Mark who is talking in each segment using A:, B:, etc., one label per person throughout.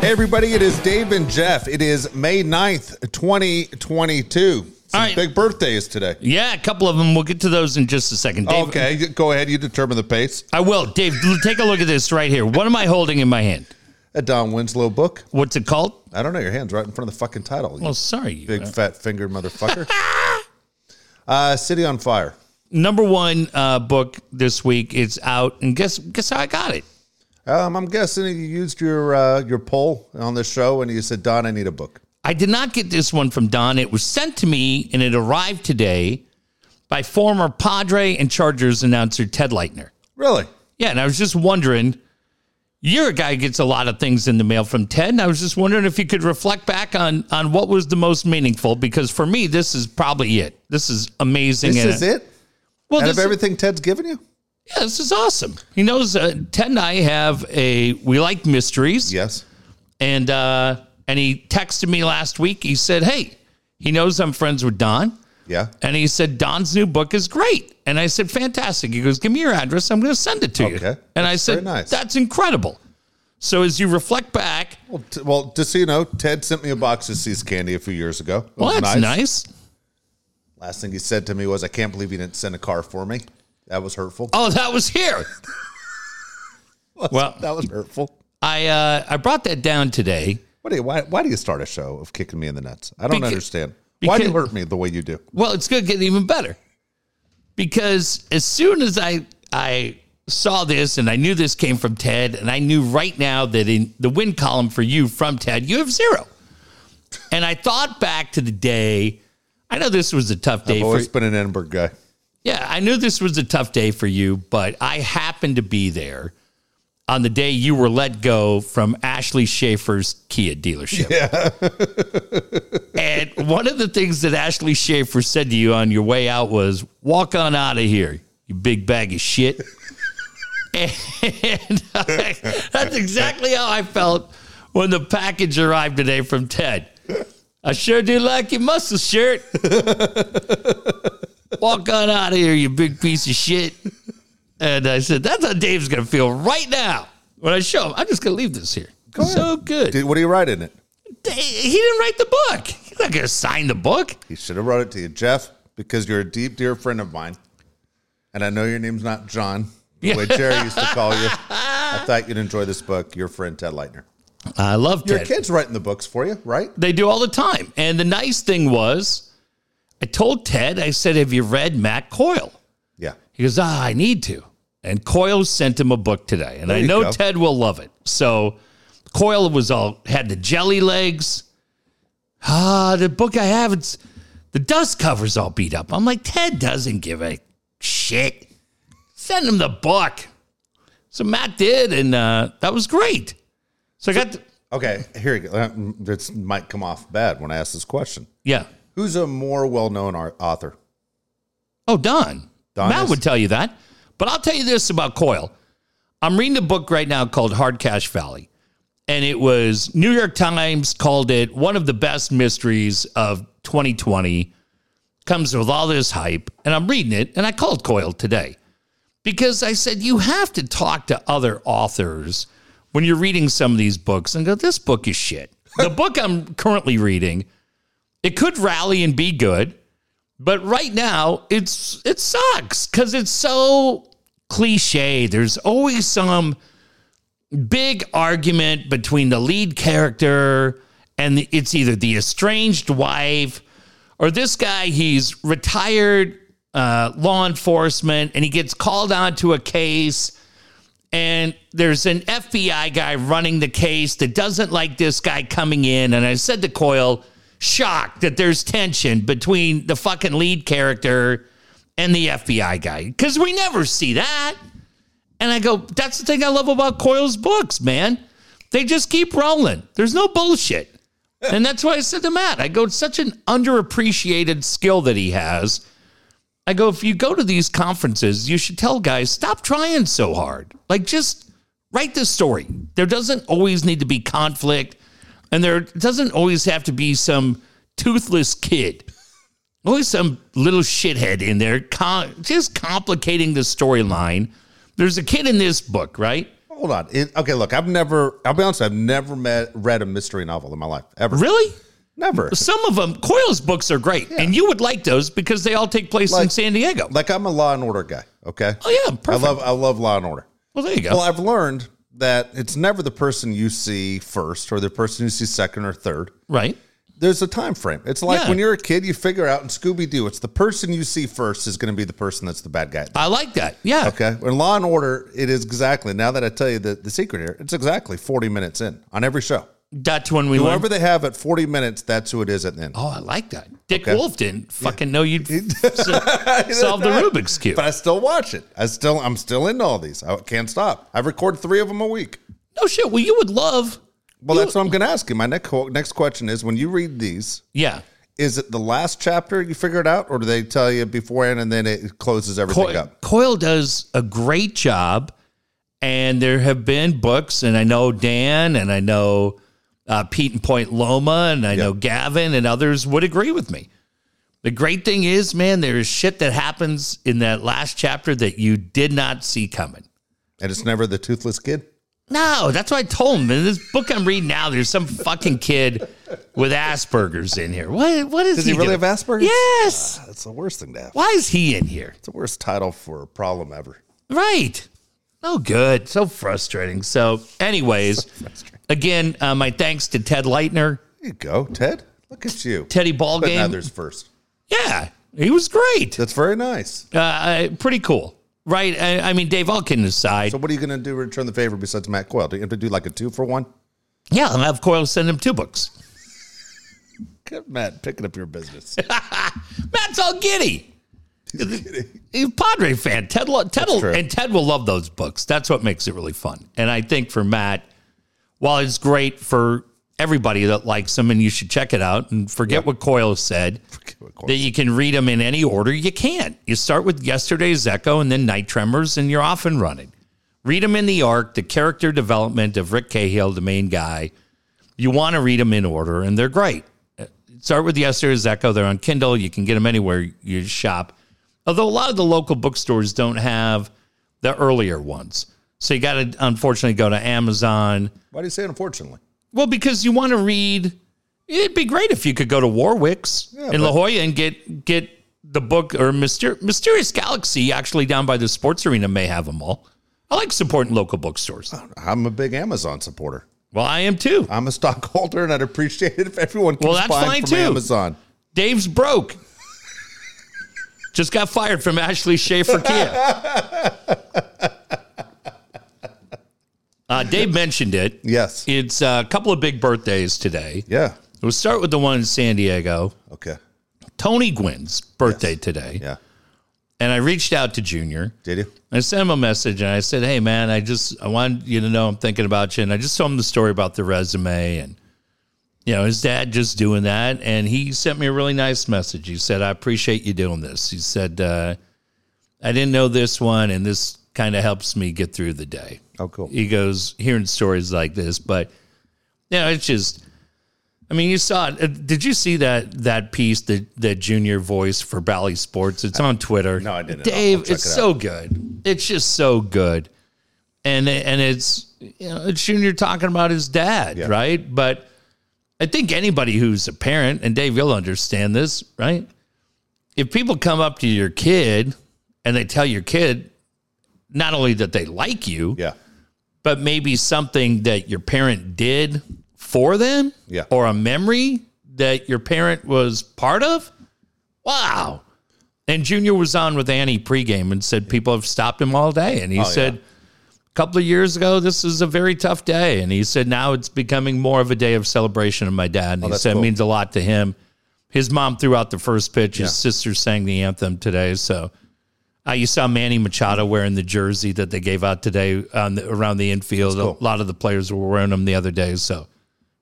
A: Hey, everybody, it is Dave and Jeff. It is May 9th, 2022. Some
B: All right.
A: big birthdays today.
B: Yeah, a couple of them. We'll get to those in just a second. Dave,
A: Okay, go ahead. You determine the pace.
B: I will. Dave, l- take a look at this right here. What am I holding in my hand?
A: A Don Winslow book.
B: What's it called?
A: I don't know. Your hand's right in front of the fucking title. You
B: Well, sorry. you-
A: big fat finger motherfucker. uh, City on Fire.
B: Number one uh, book this week. It's out, and guess guess how I got it?
A: Um, I'm guessing you used your uh, your poll on the show and you said, Don, I need a book.
B: I did not get this one from Don. It was sent to me, and it arrived today by former Padre and Chargers announcer Ted Leitner.
A: Really?
B: Yeah, and I was just wondering, you're a guy who gets a lot of things in the mail from Ted, and I was just wondering if you could reflect back on on what was the most meaningful, because for me, this is probably it. This is amazing.
A: This
B: and-
A: is it?
B: Well,
A: Out
B: this,
A: of everything Ted's given you?
B: yeah, this is awesome. He knows uh, Ted and I have a we like mysteries,
A: Yes.
B: and uh, and he texted me last week. He said, "Hey, he knows I'm friends with Don."
A: Yeah.
B: And he said, Don's new book is great. And I said, fantastic. He goes, give me your address. I'm going to send it to you.
A: Okay.
B: And I
A: That's
B: said,
A: very nice.
B: that's incredible. So as you reflect back,
A: Well, t- well, just so you know, Ted sent me a box of Seas Candy a few years ago. It
B: well,
A: was
B: that's nice.
A: Last thing he said to me was, I can't believe you didn't send a car for me. That was hurtful.
B: Oh, that was here. well,
A: That was hurtful.
B: I uh, I brought that down today.
A: What do you, why, why do you start a show of kicking me in the nuts? I don't
B: Beca-
A: understand. Why do you
B: because-
A: hurt me the way you do?
B: Well, it's going to get even better because as soon as I I saw this and I knew this came from Ted, and I knew right now that in the win column for you from Ted, you have zero. And I thought back to the day. I know this was a tough day
A: I've
B: for
A: always been an Edinburgh guy.
B: yeah, I knew this was a tough day for you, but I happened to be there on the day you were let go from Ashley Schaefer's Kia dealership. and one of the things that Ashley Schaefer said to you on your way out was, walk on out of here, you big bag of shit. and I- that's exactly how I felt when the package arrived today from Ted. I sure do like your muscle shirt. Walk on out of here, you big piece of shit. And I said, that's how Dave's going to feel right now when I show him. I'm just going to leave this here. so good.
A: Dude, what do you write in it?
B: Da- He didn't write the book. He's not going to sign the book.
A: He should have wrote it to you, Jeff, because you're a deep, dear friend of mine. And I know your name's not John, the way Jerry used to call you. I thought you'd enjoy this book, your friend Ted Leitner.
B: I love
A: Your
B: Ted.
A: kid's writing the books for you, right?
B: They do all the time. And the nice thing was, I told Ted, I said, have you read Matt Coyle?
A: Yeah.
B: He goes, ah, I need to. And Coyle sent him a book today, and I
A: you
B: know
A: go.
B: Ted will love it. So Coyle was all had the jelly legs. Ah, the book I have, it's the dust covers all beat up. I'm like, Ted doesn't give a shit. Send him the book. So Matt did, and uh, that was great. So I got, to,
A: Okay, here you go. This might come off bad when I ask this question.
B: yeah.
A: Who's a more well-known ar- author?
B: Oh, Don.
A: Don
B: Matt
A: is-
B: would tell you that. But I'll tell you this about Coyle. I'm reading a book right now called Hard Cash Valley. And it was New York Times called it one of the best mysteries of 2020. Comes with all this hype. And I'm reading it. And I called Coyle today because I said, you have to talk to other authors when you're reading some of these books and go, this book is shit. The book I'm currently reading, it could rally and be good. But right now, it's it sucks because it's so cliche. There's always some big argument between the lead character and the, it's either the estranged wife or this guy. He's retired uh, law enforcement and he gets called on to a case. And there's an FBI guy running the case that doesn't like this guy coming in. And I said to Coyle, shocked that there's tension between the fucking lead character and the FBI guy because we never see that. And I go, that's the thing I love about Coyle's books, man. They just keep rolling. There's no bullshit. And that's why I said to Matt, I go, it's such an underappreciated skill that he has. I go, if you go to these conferences, you should tell guys, stop trying so hard. Like, just write the story. There doesn't always need to be conflict, and there doesn't always have to be some toothless kid, always some little shithead in there, com- just complicating the storyline. There's a kid in this book, right?
A: Well, Hold on. It- okay, look, I've never, I'll be honest, I've never met, read a mystery novel in my life, ever.
B: Really?
A: Never.
B: Some of them, Coyle's books are great, and you would like those because they all take place in
A: Like-
B: San Diego.
A: Like, I'm a Law and Order guy, okay?
B: oh yeah, perfect.
A: I love, I love Law and Order.
B: well, there you go.
A: Well, I've learned that it's never the person you see first or the person you see second or third.
B: right?
A: There's a time frame. It's like
B: Yeah.
A: when you're a kid, you figure out in Scooby Doo, it's the person you see first is going to be the person that's the bad guy.
B: I like that. Yeah.
A: Okay. In Law and Order, it is exactly, now that I tell you the, the secret here, it's exactly 40 minutes in on every show.
B: That's when we learned.
A: Whoever they have at 40 minutes, that's who it is at the end.
B: Oh, I like that. Dick
A: Okay.
B: Wolf didn't fucking know you'd f-
A: Oh,
B: so- solve the Rubik's Cube.
A: But I still watch it. I still, I'm still into all these. I can't stop. I record three of them a week.
B: no shit. Well, you would love.
A: Well, that's what I'm going to ask you. My next next question is: When you read these,
B: Yeah.
A: is it the last chapter you figure it out, or do they tell you beforehand and then it closes everything
B: Coyle,
A: up?
B: Coyle does a great job, and there have been books, and I know Dan, and I know uh, Pete and Point Loma, and I know Gavin, and others would agree with me. The great thing is, man, there is shit that happens in that last chapter that you did not see coming.
A: And it's never the toothless kid.
B: No, that's what I told him. In this book I'm reading now, there's some fucking kid with Asperger's in here. What? What is
A: Does he really
B: doing?
A: have Asperger's?
B: Yes.
A: That's the worst thing to have.
B: Why is he in here?
A: It's the worst title for a problem ever.
B: Right. No good. So frustrating. So, anyways, again, uh, my thanks to Ted Leitner,
A: There you go, Ted. Look at you.
B: Teddy
A: Putting
B: Ballgame.
A: others first.
B: Yeah, he was great.
A: That's very nice.
B: Uh, pretty cool, right? I, I mean, Dave, all kidding aside,
A: So, what are you going to do? to Return the favor besides Matt Coyle? Do you have to do like a two for one?
B: yeah, I'll have Coyle send him two books.
A: Good, Matt, picking up your business.
B: Matt's all giddy. He's a Padre fan. Ted, lo- Ted will,
A: true.
B: and Ted will love those books. That's what makes it really fun. And I think for Matt, while it's great for everybody that likes him, and you should check it out and forget what Coyle said, that you can read them in any order you can. You start with yesterday's Echo and then Night Tremors, and you're off and running. Read them in the arc, the character development of Rick Cahill, the main guy. You want to read them in order, and they're great. Uh, Start with yesterday's Echo. They're on Kindle. You can get them anywhere you shop. Although a lot of the local bookstores don't have the earlier ones. So you got to unfortunately go to Amazon.
A: Why do you say unfortunately?
B: Well, because you want to read. It'd be great if you could go to Warwick's in La Jolla and get get the book or Myster- Mysterious Galaxy. Actually, down by the sports arena, may have them all. I like supporting local bookstores.
A: I'm a big Amazon supporter.
B: Well, I am too.
A: I'm a stockholder, and I'd appreciate it if everyone keeps
B: Well, that's
A: buying
B: fine,
A: from
B: too.
A: Amazon.
B: Dave's broke. Just got fired from Ashley Schaefer Kia. Uh, Dave mentioned it.
A: Yes.
B: It's uh, a couple of big birthdays today.
A: Yeah.
B: We'll start with the one in San Diego.
A: Okay.
B: Tony Gwynn's birthday today.
A: Yeah.
B: And I reached out to Junior.
A: Did you?
B: I sent him a message and I said, Hey man, I just I wanted you to know I'm thinking about you. And I just told him the story about the resume and you know, his dad just doing that. And he sent me a really nice message. He said, I appreciate you doing this. He said, uh, I didn't know this one and this kind of helps me get through the day.
A: Oh, cool.
B: He goes, hearing stories like this, but you know, it's just I mean, you saw it. Uh, Did you see that that piece that that Junior voice for Bally Sports? It's on Twitter.
A: No, I didn't. I'll- I'll
B: Dave,
A: check
B: it's
A: it out.
B: so good. It's just so good, and and it's you know it's Junior talking about his dad, right? But I think anybody who's a parent, and Dave, you'll understand this, right? If people come up to your kid and they tell your kid not only that they like you,
A: Yeah.
B: but maybe something that your parent did for them
A: Yeah.
B: or a memory that your parent was part of. Wow. And Junior was on with Annie pregame and said people have stopped him all day.
A: Oh,
B: And he said, a couple of years ago, this is a very tough day. And he said, now it's becoming more of a day of celebration of my dad. And he
A: Oh, that's
B: said, it
A: cool.
B: means a lot to him. His mom threw out the first pitch. His sister sang the anthem today. So uh, you saw Manny Machado wearing the jersey that they gave out today on the, around the infield. A lot of the players were wearing them the other day. So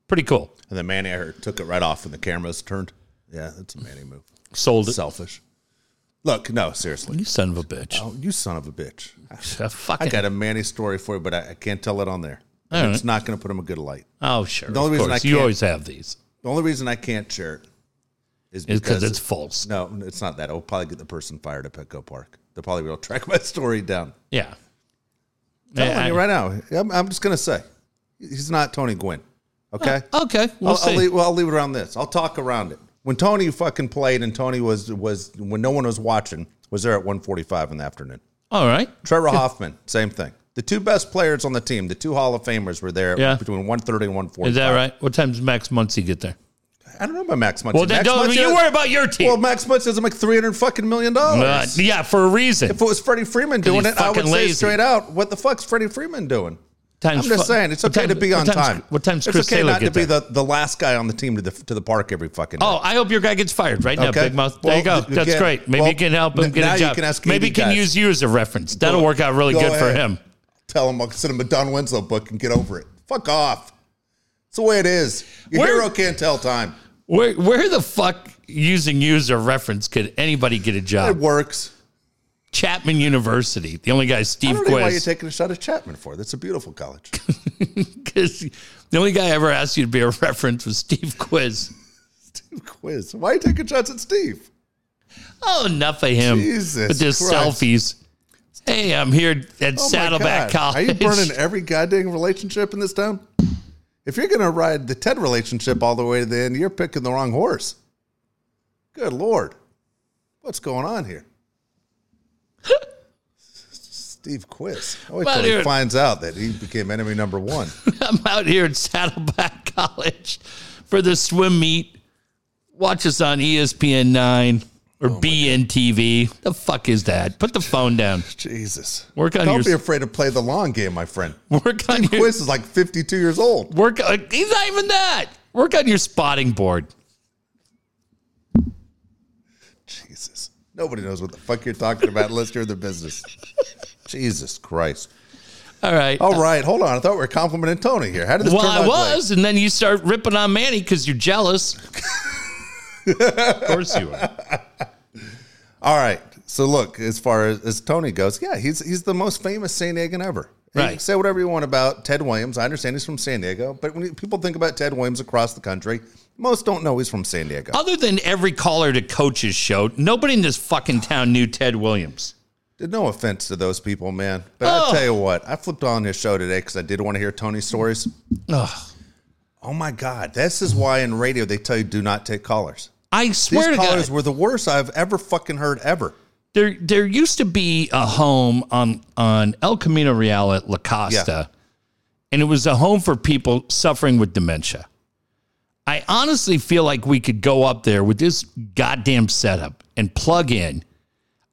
B: pretty cool.
A: And then Manny, I heard, took it right off when the cameras turned. Yeah, that's a Manny move.
B: Sold it.
A: Selfish. Look, no, seriously.
B: You son of a bitch.
A: Oh, you son of a bitch.
B: Uh,
A: Oh, I
B: fucking,
A: got a Manny story for you, but I, I can't tell it on there. And
B: All right.
A: It's not going to put him in a good light.
B: oh, sure. The
A: only
B: of
A: reason
B: course.
A: I
B: you
A: can't-
B: always have these
A: The only reason I can't share it is
B: is
A: because,
B: because it's false.
A: no, it's not that. I'll probably get the person fired at Petco Park. They'll probably will track my story down.
B: Yeah.
A: telling
B: I-
A: you right now. I'm, I'm just gonna say, he's not Tony Gwynn. Okay.
B: Okay, Oh, we'll
A: I'll,
B: see.
A: I'll leave, well, I'll leave it around this. I'll talk around it. When Tony fucking played, and Tony was was when no one was watching, was there at 1:45 in the afternoon.
B: All right.
A: Trevor Hoffman, same thing. The two best players on the team, the two Hall of Famers, were there
B: Yeah.
A: between 1:30 and 1:45.
B: Is that right? What time does Max Muncy get there?
A: I don't know about Max Muncy.
B: Well, then
A: Max
B: don't
A: Muncy
B: you
A: does-
B: worry about your team.
A: Well, Max Muncy doesn't make 300 fucking million
B: Uh,
A: dollars.
B: yeah, for a reason.
A: if it was Freddie Freeman doing
B: he's
A: it, I would
B: fucking
A: say
B: lazy.
A: straight out, what the fuck's Freddie Freeman doing?
B: Time's
A: I'm just
B: fu-
A: saying, it's
B: what
A: okay to
B: time-
A: be
B: what
A: on
B: time's-
A: time.
B: What time's
A: it's
B: Chris
A: okay
B: Taylor
A: not to
B: get
A: be
B: there?
A: the, the last guy on the team to the to the park every fucking.
B: Oh, I hope your guy gets fired right now,
A: Okay.
B: Big Mouth. There you go.
A: Well,
B: That's
A: again-
B: great. Maybe
A: well,
B: you can help him
A: n-
B: get
A: now
B: a
A: you
B: job.
A: can ask
B: Maybe he
A: KD
B: can
A: guys.
B: use you as a reference. That'll work out really
A: Go
B: good for
A: ahead.
B: him.
A: Tell him I'll send him a Don Winslow book and get over it. Fuck off. It's the way it is. Your
B: Where-
A: hero can't tell time.
B: Where where the fuck using you as a reference could anybody get a
A: It
B: job?
A: works.
B: Chapman University. The only guy
A: I
B: Steve
A: don't know why you're
B: Quist.
A: taking a shot at Chapman for. That's a beautiful college.
B: 'cause the only guy I ever asked you to be a reference was Steve Quiz.
A: Quiz. Why are you taking shots at Steve?
B: Oh, enough of him.
A: Jesus
B: with his
A: Christ.
B: selfies. Hey, I'm here at
A: Oh my
B: Saddleback
A: God.
B: College.
A: Are you burning every goddamn relationship in this town? If you're going to ride the Ted relationship all the way to the end, you're picking the wrong horse. Good Lord. What's going on here? Steve Quiz. I wait
B: Well,
A: till he
B: dude.
A: finds out that he became enemy number one.
B: I'm out here at Saddleback College for the swim meet. Watch us on E ESPN 9
A: Oh
B: or BNTV. The fuck is that? Put the phone down.
A: Jesus.
B: Work on
A: Don't
B: your-
A: be afraid to play the long game, my friend.
B: Work on your
A: Quiz is like 52 years old.
B: work. On, he's not even that. Work on your spotting board.
A: Jesus. Nobody knows what the fuck you're talking about unless you're in the business. Jesus Christ.
B: All right.
A: All right, hold on. I thought we were complimenting Tony here. How did this
B: well,
A: turn
B: I
A: out?
B: was, and then you start ripping on Manny because you're jealous. of course you are.
A: All right. So look, as far as, as Tony goes, yeah, he's he's the most famous San Diegan ever. And You
B: Right.
A: can say whatever you want about Ted Williams. I understand he's from San Diego, but when you- people think about Ted Williams across the country, most don't know he's from San Diego.
B: Other than every caller to coach's show, nobody in this fucking town knew Ted Williams.
A: No offense to those people, man. But I
B: Oh.
A: tell you what, I flipped on his show today because I did want to hear Tony's stories.
B: Ugh.
A: Oh my God, this is why in radio they tell you do not take callers.
B: I
A: These
B: swear to God,
A: callers were the worst I've ever fucking heard ever.
B: there there used to be a home on on El Camino Real at La Costa, and it was a home for people suffering with dementia. I honestly feel like we could go up there with this goddamn setup and plug in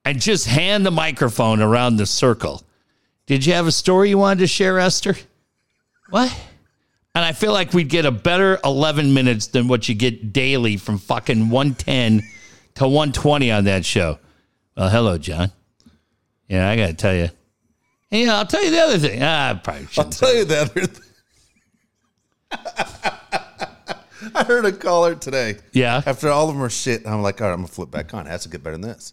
B: and just hand the microphone around the circle. Did you have a story you wanted to share, Esther? What? And I feel like we'd get a better 11 minutes than what you get daily from fucking 110 to 120 on that show. Well, hello, John. Yeah, I got to tell you. And, you know, I'll tell you the other thing. Ah, I probably
A: I'll
B: shouldn't.
A: tell you the other thing. I heard a caller today.
B: Yeah.
A: After all of them are shit, I'm like, all right, I'm gonna flip back on. It has to get better than this.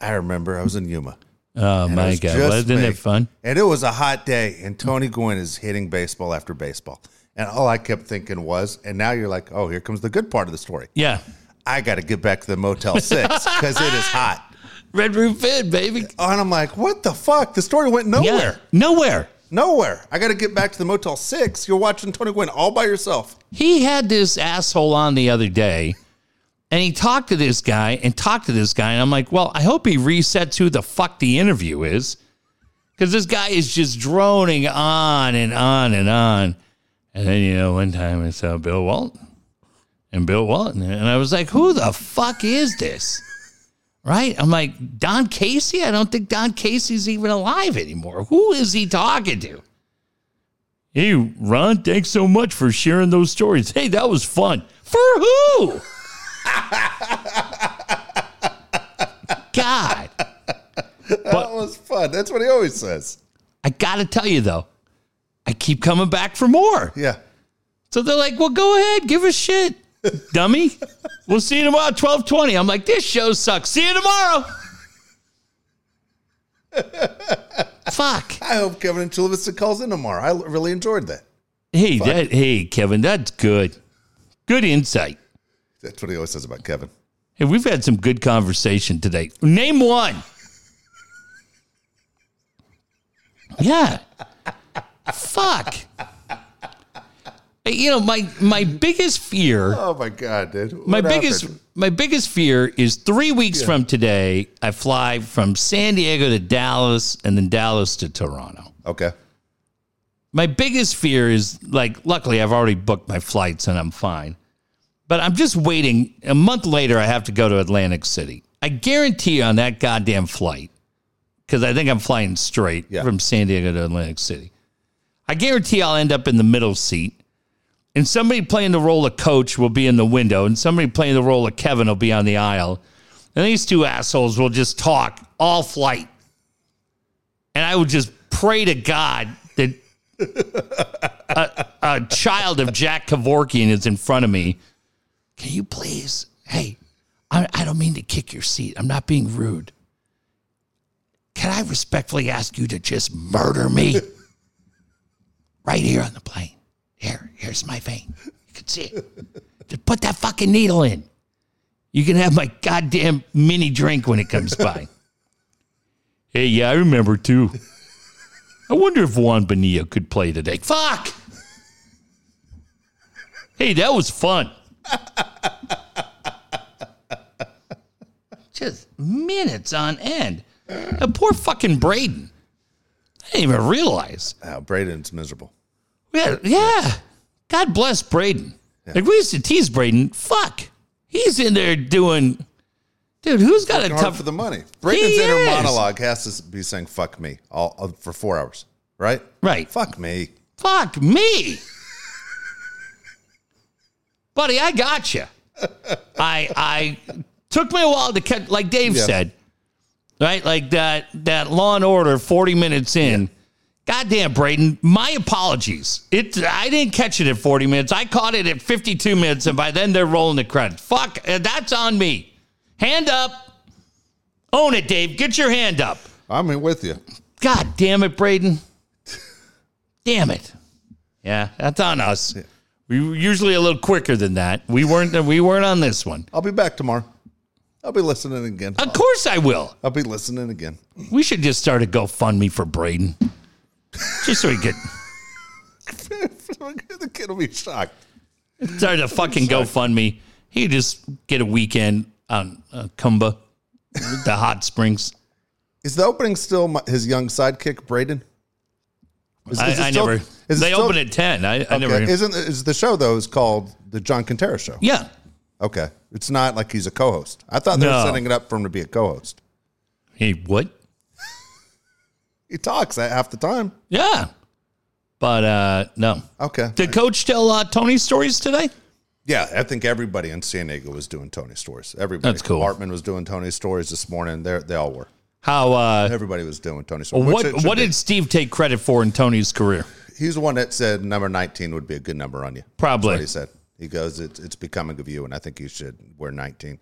A: I remember I was in Yuma.
B: Oh,
A: It
B: my
A: was
B: God.
A: just
B: Wasn't
A: me.
B: it fun?
A: And it was a hot day, and Tony Gwynn is hitting baseball after baseball. And all I kept thinking was, and now you're like, oh, here comes the good part of the story.
B: Yeah.
A: I got to get back to the Motel 6 because it is hot.
B: Red Roof Inn, baby.
A: And I'm like, what the fuck? The story went nowhere.
B: Yeah. Nowhere.
A: Nowhere. I got to get back to the Motel 6. You're watching Tony Gwynn all by yourself.
B: he had this asshole on the other day and he talked to this guy and talked to this guy and i'm like well i hope he resets who the fuck the interview is because this guy is just droning on and on and on and then you know one time i saw bill walton and bill walton and i was like who the fuck is this right i'm like don casey i don't think don casey's even alive anymore who is he talking to Hey, Ron, thanks so much for sharing those stories. Hey, that was fun. For who? God.
A: That was fun. That's what he always says.
B: I got to tell you, though, I keep coming back for more.
A: Yeah.
B: So they're like, well, go ahead, give a shit, dummy. We'll see you tomorrow, 1220. I'm like, this show sucks. See you tomorrow. Fuck.
A: I hope Kevin and Chulavista calls in tomorrow. I l- really enjoyed that.
B: Hey, that, hey, Kevin, that's good. Good insight.
A: That's what he always says about Kevin.
B: Hey, we've had some good conversation today. Name one. Yeah. Fuck. You know, my my biggest fear
A: Oh my god, dude.
B: my
A: What
B: biggest
A: happened?
B: my biggest fear is three weeks from today I fly from San Diego to Dallas and then Dallas to Toronto.
A: Okay.
B: My biggest fear is like luckily I've already booked my flights and I'm fine. But I'm just waiting a month later I have to go to Atlantic City. I guarantee you on that goddamn flight cuz I think I'm flying straight
A: Yeah.
B: from San Diego to Atlantic City. I guarantee I'll end up in the middle seat. And somebody playing the role of coach will be in the window, and somebody playing the role of Kevin will be on the aisle. And these two assholes will just talk all flight. And I would just pray to God that a, a child of Jack Kevorkian is in front of me. Can you please? Hey, I, I don't mean to kick your seat. I'm not being rude. Can I respectfully ask you to just murder me right here on the plane? Here, here's my vein. You can see it. Just put that fucking needle in. You can have my goddamn mini drink when it comes by. hey, yeah, I remember too. I wonder if Juan Bonilla could play today. Fuck! Hey, that was fun. Just minutes on end. That poor fucking Braden. I didn't even realize.
A: Oh, Braden's miserable.
B: Yeah, yeah. God bless Braden. Like we used to tease Braden. Fuck, he's in there doing. Dude, who's got a
A: Hard
B: tough?
A: for the money. Braden's inner
B: is.
A: monologue has to be saying "fuck me" all, all for four hours, right?
B: Right.
A: Fuck me.
B: Fuck me. Buddy, I got you. I I took me a while to catch like Dave
A: Yeah.
B: said. Right? Like that that Law and Order 40 minutes in. Goddamn, Braden, my apologies. It I didn't catch it at 40 minutes. I caught it at 52 minutes and by then they're rolling the credits. Fuck, uh, that's on me. Hand up. Own it, Dave. Get your hand up.
A: I'm in with you.
B: God damn it, Braden. Damn it. Yeah, that's on us. We were usually a little quicker than that. We weren't we weren't on this one.
A: I'll be back tomorrow. I'll be listening again.
B: Of course I will.
A: I'll be listening again.
B: We should just start a GoFundMe for Braden. Just so we could
A: the kid will be shocked.
B: start a fucking GoFundMe. He could just get a weekend on uh, Cumba, the hot springs.
A: Is the opening still my, his young sidekick, Braden? Is,
B: I,
A: is it
B: I
A: still-
B: never.
A: is it
B: they
A: still-
B: open at ten. I, I
A: Okay.
B: never.
A: Isn't is the show though is called the John Quintero Show?
B: yeah,
A: Okay, it's not like he's a co-host. I thought they were
B: No.
A: setting it up for him to be a co-host.
B: he what?
A: He talks at half the time.
B: Yeah, but uh no.
A: Okay,
B: Did Coach tell uh, Tony stories today?
A: yeah, I think everybody in San Diego was doing Tony stories. Everybody,
B: That's cool.
A: Hartman was doing Tony stories this morning. They they all were.
B: How uh,
A: Everybody was doing Tony stories. which it
B: What
A: should
B: what
A: be.
B: did Steve take credit for in Tony's career?
A: he's the one that said number nineteen would be a good number on you. That's what
B: Probably
A: he said. He goes, it's, it's becoming of you, and I think you should wear 19.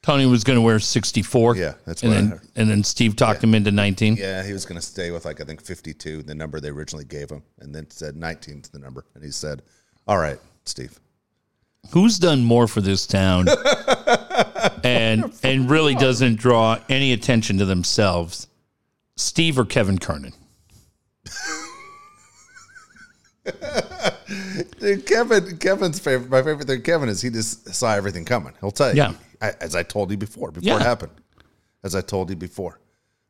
B: Tony was going to wear sixty four.
A: Yeah, that's
B: and
A: what I
B: then
A: heard.
B: and then Steve talked him into nineteen.
A: Yeah, he was going to stay with, like, I think 52, the number they originally gave him, and then said 19's the number. And he said, all right, Steve.
B: Who's done more for this town, and and really doesn't draw any attention to themselves, Steve or Kevin Kernan?
A: Dude, Kevin, Kevin's favorite, my favorite thing, Kevin, is he just saw everything coming. He'll tell you.
B: Yeah.
A: I, as I told you before, before it
B: Yeah.
A: happened. As I told you before.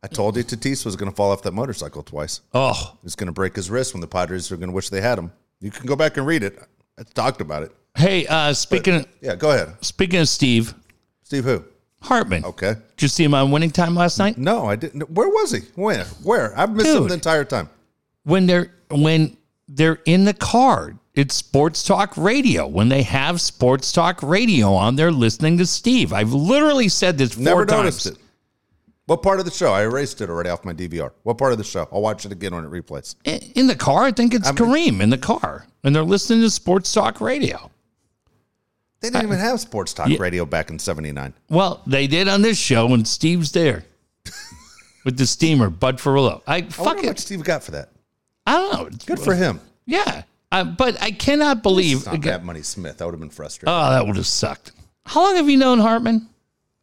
A: I told you Tatis was going to fall off that motorcycle twice.
B: Oh,
A: He was going to break his wrist when the Padres are going to wish they had him. You can go back and read it. I talked about it.
B: hey, uh, speaking of,
A: Yeah, go ahead.
B: speaking of Steve
A: Steve, who?
B: Hartman,
A: Okay.
B: did you see him on Winning Time last night?
A: No, I didn't. Where was he? When? Where? I've missed him
B: Dude.
A: the entire time.
B: when they're when they're in the car. It's sports talk radio. When they have sports talk radio on, they're listening to Steve. I've literally said this four
A: Never
B: times.
A: noticed it. What part of the show? I erased it already off my DVR. What part of the show? I'll watch it again when it replays.
B: In- In the car, I think it's Kareem in the car, and they're listening to sports talk radio.
A: They didn't even have sports talk radio back in '79.
B: Well, they did on this show, and Steve's there with the steamer, Bud Ferrillo. I
A: I wonder
B: fuck
A: how much
B: it.
A: Steve got for that.
B: I don't know. It's-
A: Good for him.
B: Yeah, uh, but I cannot believe.
A: It's not that money Smith. I would have
B: Uh,
A: been frustrated.
B: Oh, that would have sucked. How long have you known Hartman?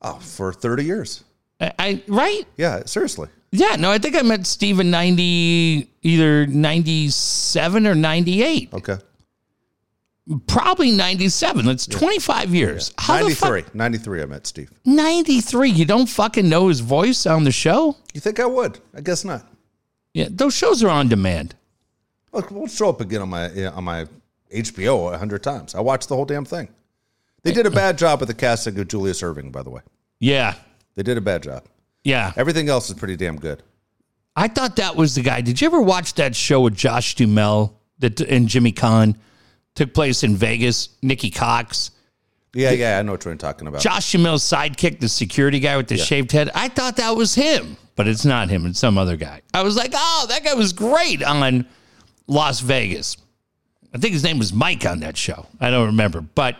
A: oh, for 30 years.
B: I, I right?
A: Yeah, seriously.
B: Yeah, no, I think I met Steve in ninety, either ninety seven or ninety eight,
A: Okay.
B: probably ninety seven. That's twenty five years. How the fuck
A: 93. 93, I met Steve.
B: ninety three? You don't fucking know his voice on the show.
A: You think I would? I guess not.
B: Yeah, those shows are on demand.
A: Look, we'll show up again on my yeah, on my HBO a hundred times. I watched the whole damn thing. They did a bad job with the casting of Julius Irving, by the way.
B: Yeah,
A: They did a bad job.
B: yeah.
A: Everything else is pretty damn good.
B: I thought that was the guy. Did you ever watch that show with Josh Dumel that and Jimmy Kahn? Took place in Vegas. Nikki Cox,
A: Yeah, yeah, I know what you're talking about.
B: Josh Dumel's sidekick, the security guy with the shaved head. I thought that was him, but it's not him. It's some other guy. I was like, oh, that guy was great on Las Vegas. I think his name was Mike on that show. I don't remember, but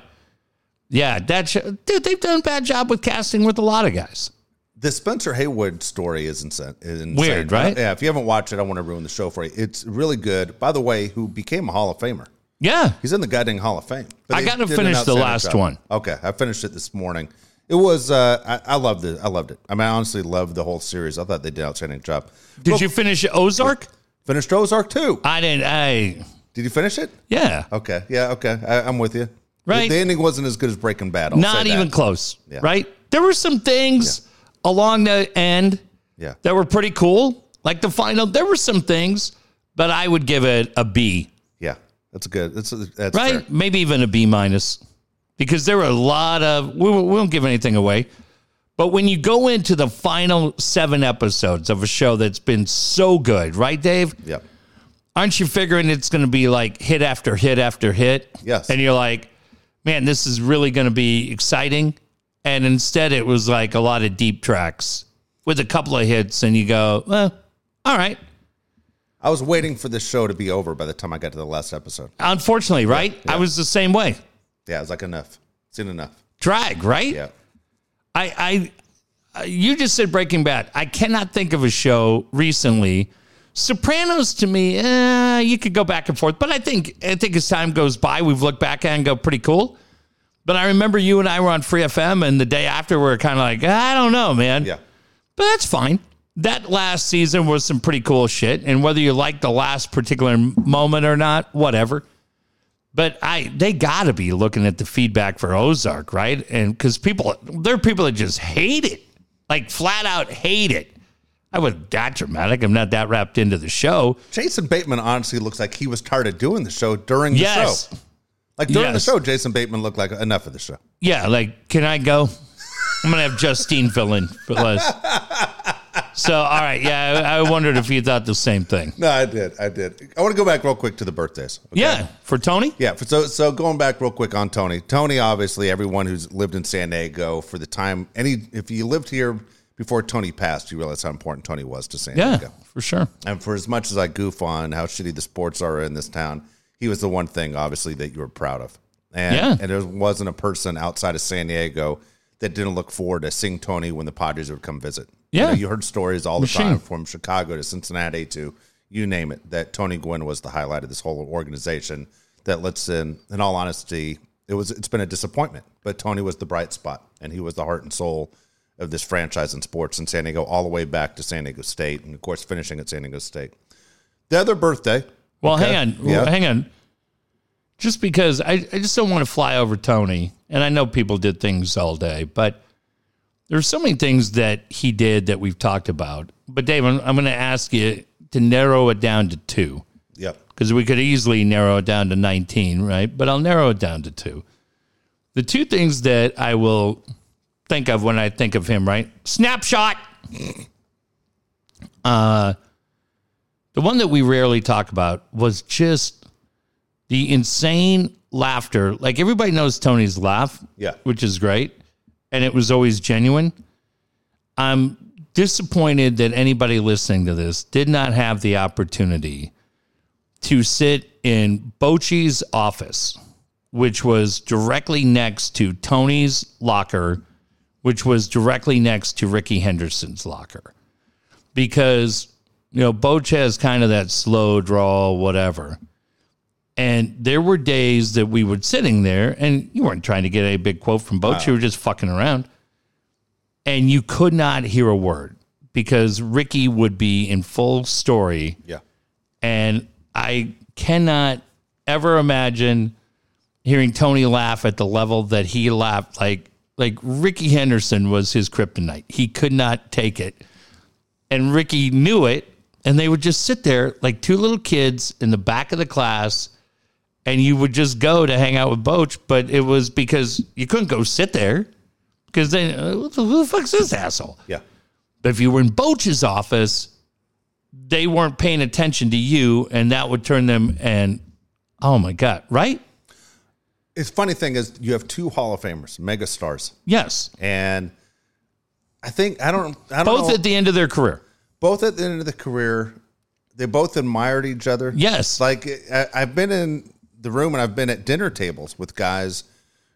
B: yeah, that show, dude, they've done a bad job with casting with a lot of guys.
A: the Spencer Haywood story is insane. Is insane. Uh,
B: Weird, right?
A: Yeah, if you haven't watched it, I want to ruin the show for you. It's really good. By the way, who became a Hall of Famer?
B: Yeah,
A: He's in the goddamn Hall of Fame. But
B: I
A: they
B: gotta
A: did an
B: finish the
A: outstanding
B: last one.
A: Okay, I finished it this morning. It was uh, I, I loved it. I loved it. I mean, I honestly loved the whole series. I thought they did an outstanding job.
B: did you finish Ozark?
A: Finished Ozark too.
B: I didn't. I
A: Did you finish it?
B: yeah.
A: Okay, yeah, okay. I, I'm with you.
B: Right.
A: The, the ending wasn't as good as Breaking Bad. I'll
B: not
A: say that.
B: even close, right? There were some things along the end
A: Yeah.
B: that were pretty cool, like the final. There were some things, but I would give it a B,
A: Yeah, that's good. That's that's
B: right?
A: fair.
B: Maybe even a B minus, because there were a lot of. We won't, we won't give anything away, but when you go into the final seven episodes of a show that's been so good, right, Dave?
A: Yeah.
B: aren't you figuring it's going to be like hit after hit after hit?
A: Yes.
B: And you're like, man, this is really going to be exciting. And instead, it was like a lot of deep tracks with a couple of hits, and you go, well, all right.
A: I was waiting for this show to be over by the time I got to the last episode.
B: Unfortunately, right? I was the same way.
A: Yeah, it's like enough. Seen enough.
B: Drag, right?
A: Yeah.
B: I, I, uh, you just said Breaking Bad. I cannot think of a show recently. Sopranos to me, eh, you could go back and forth, but I think I think as time goes by, we've looked back and go pretty cool. But I remember you and I were on Free FM, and the day after, we were kind of like, I don't know, man.
A: Yeah.
B: But that's fine. That last season was some pretty cool shit. And whether you like the last particular moment or not, whatever. But I they gotta be looking at the feedback for Ozark, right? And because people there are people that just hate it. Like flat out hate it. I wasn't that dramatic. I'm not that wrapped into the show.
A: Jason Bateman honestly looks like he was tired of doing the show during the
B: Yes.
A: show. Like during
B: Yes.
A: the show, Jason Bateman looked like enough of the show.
B: Yeah, like, can I go? I'm gonna have Justine fill in for Les. So all right, yeah, I, I wondered if you thought the same thing.
A: No, I did. I did. I want to go back real quick to the birthdays. okay?
B: Yeah, for Tony.
A: Yeah. For, so, so going back real quick on Tony. Tony, obviously, everyone who's lived in San Diego for the time, any, if you lived here before Tony passed, you realize how important Tony was to San
B: Yeah,
A: Diego.
B: for sure.
A: And for as much as I goof on how shitty the sports are in this town, he was the one thing, obviously, that you were proud of. And,
B: Yeah.
A: and there wasn't a person outside of San Diego that didn't look forward to seeing Tony when the Padres would come visit. You,
B: Yeah.
A: know, you heard stories all the
B: Machine.
A: time from Chicago to Cincinnati to you name it, that Tony Gwynn was the highlight of this whole organization that lets in, in all honesty, it was it's been a disappointment. But Tony was the bright spot and he was the heart and soul of this franchise in sports in San Diego all the way back to San Diego State and of course finishing at San Diego State. The other birthday,
B: Well, hang on,
A: Yeah.
B: hang on. Just because I, I just don't want to fly over Tony, and I know people did things all day, but there's so many things that he did that we've talked about. But Dave, I'm, I'm going to ask you to narrow it down to two
A: yep,
B: because we could easily narrow it down to 19, right? But I'll narrow it down to two. The two things that I will think of when I think of him, right? Snapshot. Uh, the one that we rarely talk about was just the insane laughter. Like everybody knows Tony's laugh,
A: Yeah.
B: which is great, and it was always genuine. I'm disappointed that anybody listening to this did not have the opportunity to sit in Bocce's office, which was directly next to Tony's locker, which was directly next to Ricky Henderson's locker. Because, you know, Boche has kind of that slow draw, whatever. And there were days that we were sitting there and you weren't trying to get a big quote from Boche, you were just fucking around. and you could not hear a word because Ricky would be in full story
A: Yeah.
B: and I cannot ever imagine hearing Tony laugh at the level that he laughed. Like like Ricky Henderson was his kryptonite. He could not take it, and Ricky knew it. And they would just sit there like two little kids in the back of the class, and you would just go to hang out with Boch. But it was because you couldn't go sit there because then uh, who the who the fuck's this asshole?
A: Yeah.
B: But if you were in Boach's office, they weren't paying attention to you, and that would turn them and oh my god, right?
A: It's funny thing is you have two Hall of Famers, megastars,
B: Yes,
A: and I think I don't I don't
B: both
A: know,
B: at the end of their career.
A: both at the end of the career, they both admired each other.
B: Yes,
A: It's like I, I've been in the room and I've been at dinner tables with guys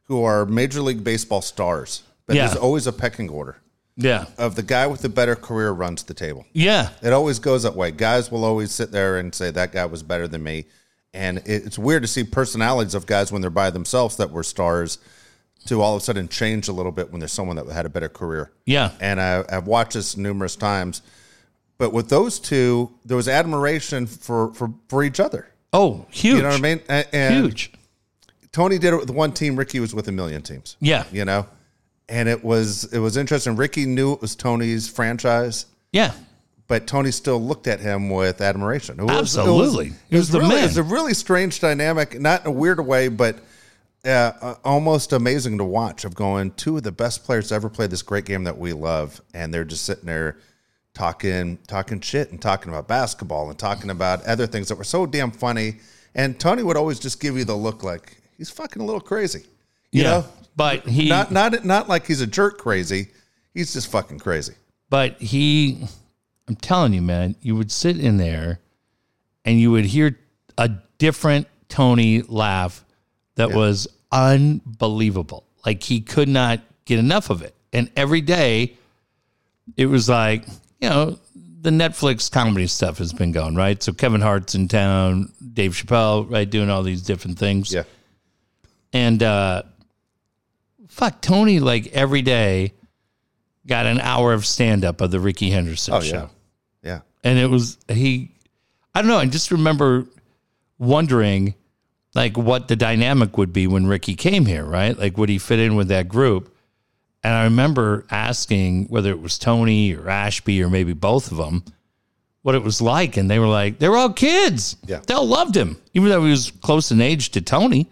A: who are Major League Baseball stars, but
B: Yeah.
A: there's always a pecking order
B: yeah,
A: of the guy with the better career runs the table.
B: yeah,
A: It always goes that way. Guys will always sit there and say that guy was better than me, and it, it's weird to see personalities of guys when they're by themselves that were stars to all of a sudden change a little bit when there's someone that had a better career
B: yeah,
A: and I, I've watched this numerous times. But with those two, there was admiration for for for each other.
B: Oh, huge,
A: You know what I mean? A- And
B: huge.
A: Tony did it with one team. Ricky was with a million teams.
B: Yeah,
A: You know, and it was it was interesting. Ricky knew it was Tony's franchise,
B: yeah,
A: but Tony still looked at him with admiration. It was- it was-
B: Absolutely. He was the
A: really,
B: man.
A: It was a really strange dynamic, not in a weird way, but. Uh, uh, almost amazing to watch of going two of the best players to ever play this great game that we love and they're just sitting there talking talking shit and talking about basketball and talking about other things that were so damn funny and tony would always just give you the look like he's fucking a little crazy you
B: yeah.
A: know
B: but he,
A: not not not like he's a jerk crazy he's just fucking crazy
B: but he, I'm telling you, man, you would sit in there, and you would hear a different Tony laugh that was unbelievable. Like he could not get enough of it. And every day it was like, you know, the Netflix comedy stuff has been going, right? So Kevin Hart's in town, Dave Chappelle, right, doing all these different things.
A: Yeah.
B: And uh fuck Tony like every day got an hour of stand up of the Ricky Henderson
A: Oh, yeah.
B: show
A: yeah
B: and it was he i don't know i just remember wondering like what the dynamic would be when ricky came here right like would he fit in with that group and i remember asking whether it was tony or ashby or maybe both of them what it was like and they were like they were all kids
A: Yeah.
B: they all loved him even though he was close in age to tony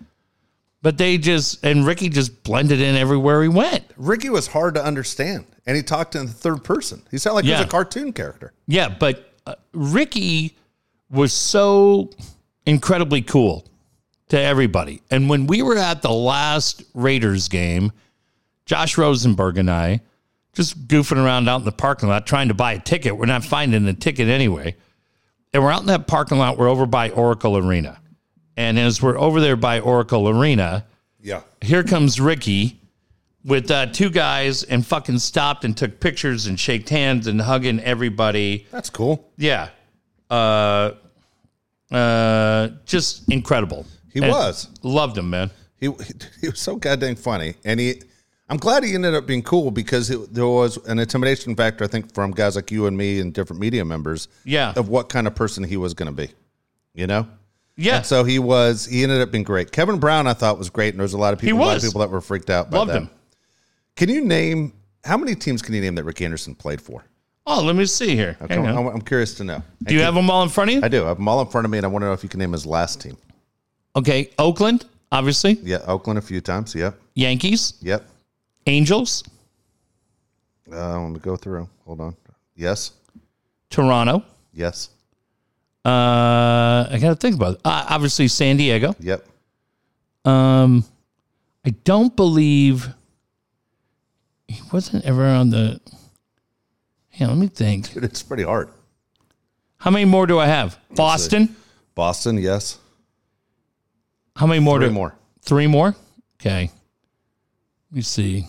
B: but they just and ricky just blended in everywhere he went
A: ricky was hard to understand and he talked in the third person he sounded like he
B: Yeah.
A: was a cartoon character
B: Yeah, but uh, Ricky was so incredibly cool to everybody. And when we were at the last Raiders game, Josh Rosenberg and I just goofing around out in the parking lot trying to buy a ticket. We're not finding the ticket anyway. And we're out in that parking lot. We're over by Oracle Arena. And as we're over there by Oracle Arena,
A: yeah
B: here comes Ricky with uh, two guys and fucking stopped and took pictures and shaked hands and hugging everybody.
A: that's cool
B: Yeah. Uh uh just incredible.
A: he
B: And
A: was
B: Loved him, man.
A: he he was so goddamn funny, and he. I'm glad he ended up being cool because it, there was an intimidation factor, I think, from guys like you and me and different media members
B: Yeah.
A: of what kind of person he was going to be, you know.
B: Yeah.
A: So he was. He ended up being great. Kevin Brown, I thought, was great, and there was a lot of people, a lot of
B: was.
A: people that were freaked out by
B: Loved
A: that.
B: him.
A: Can you name how many teams can you name that Rick Anderson played for?
B: Oh, let me see here.
A: Okay,
B: Hang on.
A: I'm, I'm curious to know.
B: Do you have them all in front of you?
A: I do. I have them all in front of me, and I want to know if you can name his last team.
B: Okay. Oakland, obviously.
A: Yeah, Oakland a few times. Yep,
B: Yankees,
A: yep.
B: Angels,
A: Uh, let me go through. Hold on. Yes,
B: Toronto.
A: yes,
B: Uh I gotta think about it. Uh, obviously San Diego.
A: yep.
B: Um I don't believe he wasn't ever on the Yeah, let me think.
A: Dude, it's pretty hard.
B: How many more do I have? Boston?
A: Boston, yes.
B: How many more
A: Three
B: do
A: more.
B: Three more? Okay. Let me see.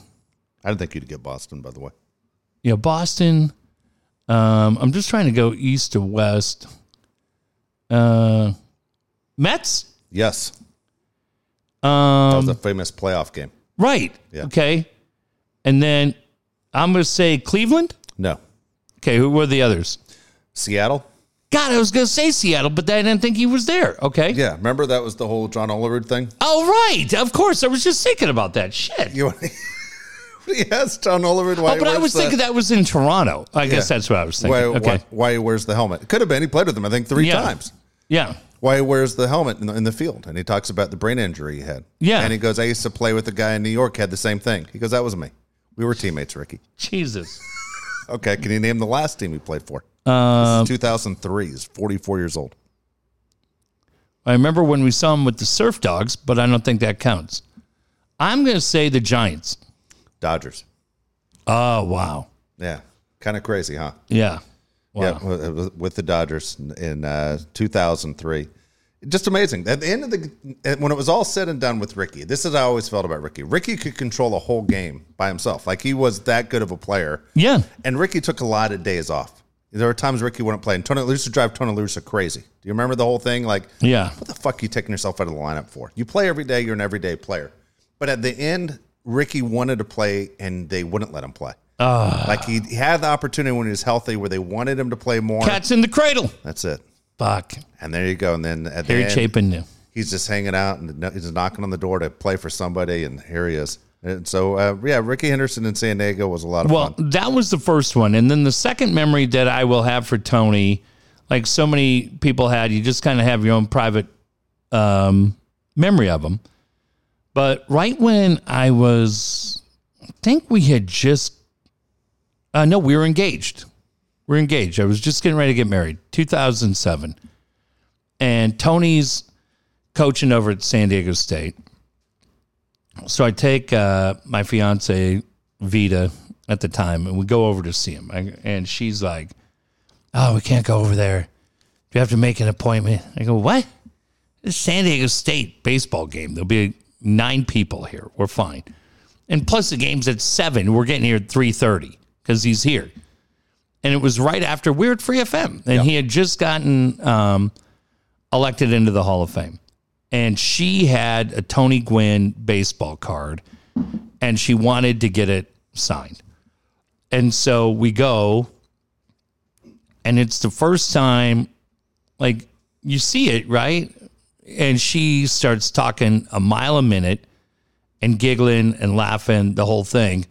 A: I didn't think you'd get Boston, by the way.
B: Yeah, Boston. Um, I'm just trying to go east to west. Uh, Mets?
A: Yes. That
B: Um,
A: was a famous playoff game.
B: right.
A: Yeah.
B: Okay. And then I'm going to say Cleveland.
A: No.
B: Okay, who were the others?
A: Seattle?
B: God, I was going to say Seattle, but I didn't think he was there. Okay.
A: Yeah. Remember that was the whole John Oliver thing?
B: Oh, right. Of course. I was just thinking about that. Shit.
A: You want He asked John Oliver why
B: oh,
A: he
B: but I
A: wears
B: was
A: the,
B: thinking that was in Toronto. I guess
A: Yeah.
B: that's what I was thinking.
A: why,
B: okay.
A: why, why he wears the helmet. It could have been. He played with him, I think, three
B: Yeah.
A: times.
B: Yeah.
A: Why he wears the helmet in the, in the field. And he talks about the brain injury he had.
B: Yeah.
A: And he goes, I used to play with a guy in New York, had the same thing. He goes, That was me. We were teammates, Ricky.
B: Jesus.
A: Okay. Can you name the last team he played for?
B: Uh,
A: this is 2003. He's 44 years old.
B: I remember when we saw him with the Surf Dogs, but I don't think that counts. I'm going to say the Giants.
A: Dodgers.
B: Oh, wow.
A: Yeah. Kind of crazy, huh?
B: Yeah.
A: Yeah,
B: Wow.
A: w- w- with the Dodgers in- in uh, 2003. Just amazing. At the end of the at- when it was all said and done with Ricky, this is how I always felt about Ricky. Ricky could control a whole game by himself. Like he was that good of a player.
B: Yeah.
A: And Ricky took a lot of days off. There were times Ricky wouldn't play, and Tonaloosa drive Tonaloosa crazy. Do you remember the whole thing? Like,
B: Yeah.
A: what the fuck you taking yourself out of the lineup for? You play every day. You're an everyday player. But at the end, Ricky wanted to play, and they wouldn't let him play. Like he he had the opportunity when he was healthy, where they wanted him to play more.
B: Cats in the cradle.
A: That's it.
B: Fuck.
A: And there you go. And then at
B: Harry
A: the end,
B: Chapin knew.
A: he's just hanging out and no- he's knocking on the door to play for somebody, and here he is. And so, uh, yeah, Ricky Henderson in San Diego was a lot of
B: Well,
A: fun.
B: that was the first one. And then the second memory that I will have for Tony, like so many people had, you just kind of have your own private um, memory of him. But right when I was, I think we had just, uh, no, we were engaged. We were engaged. I was just getting ready to get married, 2007. And Tony's coaching over at San Diego State. So I take uh, my fiance Vita at the time, and we go over to see him. I, and she's like, "Oh, we can't go over there. Do you have to make an appointment?" I go, "What? It's San Diego State baseball game. There'll be nine people here. We're fine. And plus, the game's at seven. We're getting here at three thirty because he's here." And it was right after we were at Free FM, and he had just gotten um, elected into the Hall of Fame and she had a Tony Gwynn baseball card and she wanted to get it signed. And so we go and it's the first time like you see it, right? And she starts talking a mile a minute and giggling and laughing the whole thing.